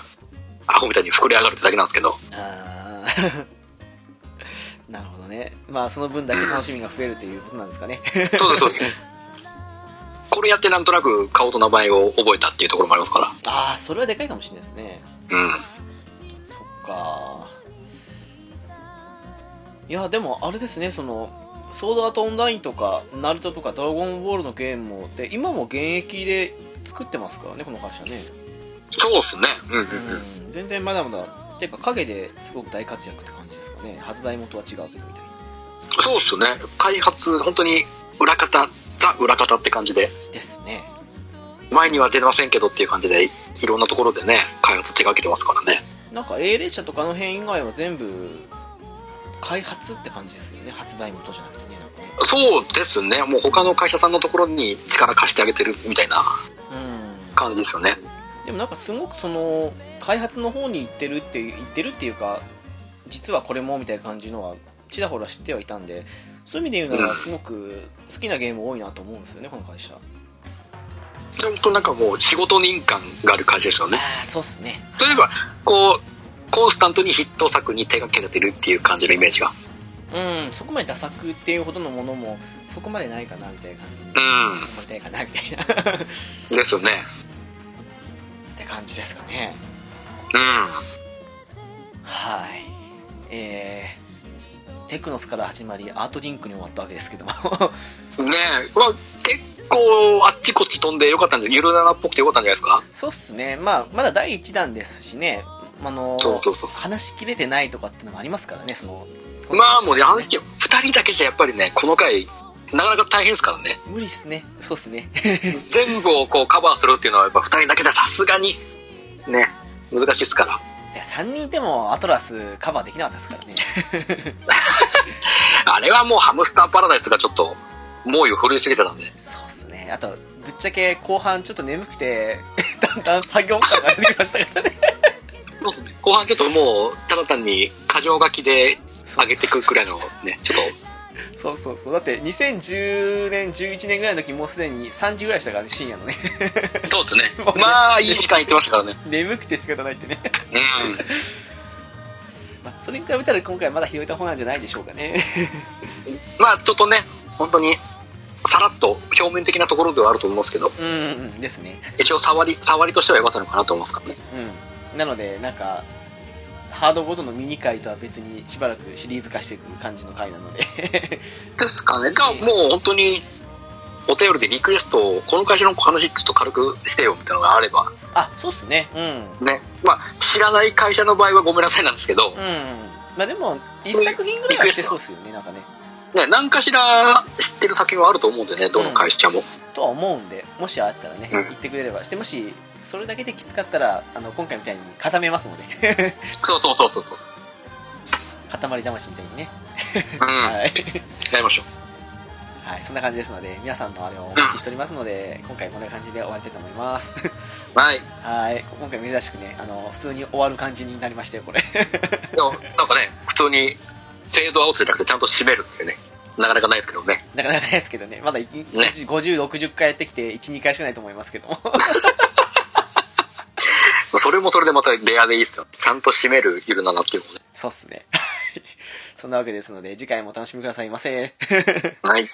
Speaker 2: アホみたいに膨れ上がるってだけなんですけど、
Speaker 1: あー なるほどねまあその分だけ楽しみが増えるということなんですかね
Speaker 2: そうです、そうです。これやってなんとなく顔と名前を覚えたっていうところもありますか
Speaker 1: ああそれはでかいかもしれないですね
Speaker 2: ら。うん。
Speaker 1: そっかいやでもあれですねそのソードアートオンラインとかナルトとかドラゴンボールのゲームもで今も現役で作ってますからねこの会社ね、
Speaker 2: そうですね。うんうんうん。
Speaker 1: うん、全然まだまだていうか影ですごく大活躍って感じですかね発売元は違うけどみたいな
Speaker 2: そうっすね。開発、本当に裏方、ザ裏方って感じで、
Speaker 1: ですね
Speaker 2: 前には出ませんけどっていう感じで、いろんなところでね、開発手掛けてますからね。
Speaker 1: なんか A 列車とかの辺以外は全部開発って感じですよね発売元じゃなくてねなんかね
Speaker 2: そうですね。もう他の会社さんのところに力貸してあげてるみたいな
Speaker 1: うん
Speaker 2: 感じですよね。
Speaker 1: でもなんかすごくその開発の方に行ってるっていう行ってるっていうか実はこれもみたいな感じのはちらほら知ってはいたんでそういう意味で言うならすごく好きなゲーム多いなと思うんですよねこの会社
Speaker 2: 本当なんかもう仕事人感がある感じですよね。
Speaker 1: ああそうっすね
Speaker 2: 例えば、こう、コンスタントにヒット作に手掛けてるっていう感じのイメージが。
Speaker 1: うんそこまでダ作っていうほどのものもそこまでないかなみたいな感じに
Speaker 2: う
Speaker 1: 思いたいかなみたいな っ
Speaker 2: ん。ですよね。
Speaker 1: て感じですかね
Speaker 2: うん。
Speaker 1: はい。えー、テクノスから始まり、アートリンクに終わったわけですけども。
Speaker 2: ねえ、まあ、結構あっちこっち飛んでよかったんで、ゆるななっぽくてよかったんじゃないですか
Speaker 1: そうっすね。まあ、まだ第1弾ですしね。あのー
Speaker 2: そうそうそう。
Speaker 1: 話しきれてないとかってのもありますからね、その。
Speaker 2: まあもうね、話聞けば二人だけじゃやっぱりね、この回、なかなか大変ですからね。
Speaker 1: 無理っすね。そうっすね。
Speaker 2: 全部をこうカバーするっていうのはやっぱ二人だけではさすがに、ね、難しいですから。
Speaker 1: いや、3人いてもアトラスカバーできなかったですからね。
Speaker 2: あれはもうハムスターパラダイスとかちょっと、猛威を振るいすぎてたんで。
Speaker 1: そうっすね。あと、ぶっちゃけ後半ちょっと眠くて、 だんだん作業感が出てきましたからね。
Speaker 2: 後半ちょっともう、ただ単に過剰書きで 上げてくくらいのね、ちょっ
Speaker 1: そうそうそう。だって2010年、11年ぐらいの時もうすでに3時ぐらいでしたからね、深夜のね。
Speaker 2: と、そうですね。まあ、いい時間いってましたからね。
Speaker 1: 眠くて仕方ないってね。
Speaker 2: うん。
Speaker 1: まあ、それに比べたら今回まだ拾えた方なんじゃないでしょうかね
Speaker 2: まあちょっとね、本当に、さらっと表面的なところではあると思いますけど、
Speaker 1: うんうんですね
Speaker 2: 一応触り、触りとしては良かったのかなと思いますからね。
Speaker 1: うんなのでなんかハードごとのミニ回とは別にしばらくシリーズ化していく感じの回なので
Speaker 2: ですかね。が、もう本当に、お便りでリクエストを、この会社の話ちょっと軽くしてよみたいなのがあれば、
Speaker 1: あそうっすねうん
Speaker 2: ね。まあ、知らない会社の場合はごめんなさいなんですけど、
Speaker 1: うんまあでも一作品ぐらいはしてそうっすよねなんかね
Speaker 2: ね、何かしら知ってる作品はあると思うんでね、どの会社も。
Speaker 1: とは思うんでもしあったらね
Speaker 2: うん
Speaker 1: 言ってくれればしてもしそれだけできつかったらあの今回みたいに固めますので
Speaker 2: そうそうそうそうそう。
Speaker 1: 塊魂みたいにね
Speaker 2: うん。
Speaker 1: はい
Speaker 2: やりましょ
Speaker 1: はい、そんな感じですので、皆さんのあれをお待ちしておりますので、今回こんな感じで終わりたいと思います。
Speaker 2: う。はい。で
Speaker 1: はい、今回珍しくね、あの、普通に終わる感じになりましたよ、これ。
Speaker 2: もなんかね、普通に、フェードアウトじゃなくてちゃんと締めるっていうね、なかなかないですけどね。
Speaker 1: なかなかないですけどね、まだい50、60回やってきて、1、2回しかないと思いますけども。
Speaker 2: それもそれでまたレアでいいっすよ。ちゃんと締めるゆるななっていうのもね。
Speaker 1: そうっすね。はいそんなわけですので、次回もお楽しみくださいませ。
Speaker 2: はい。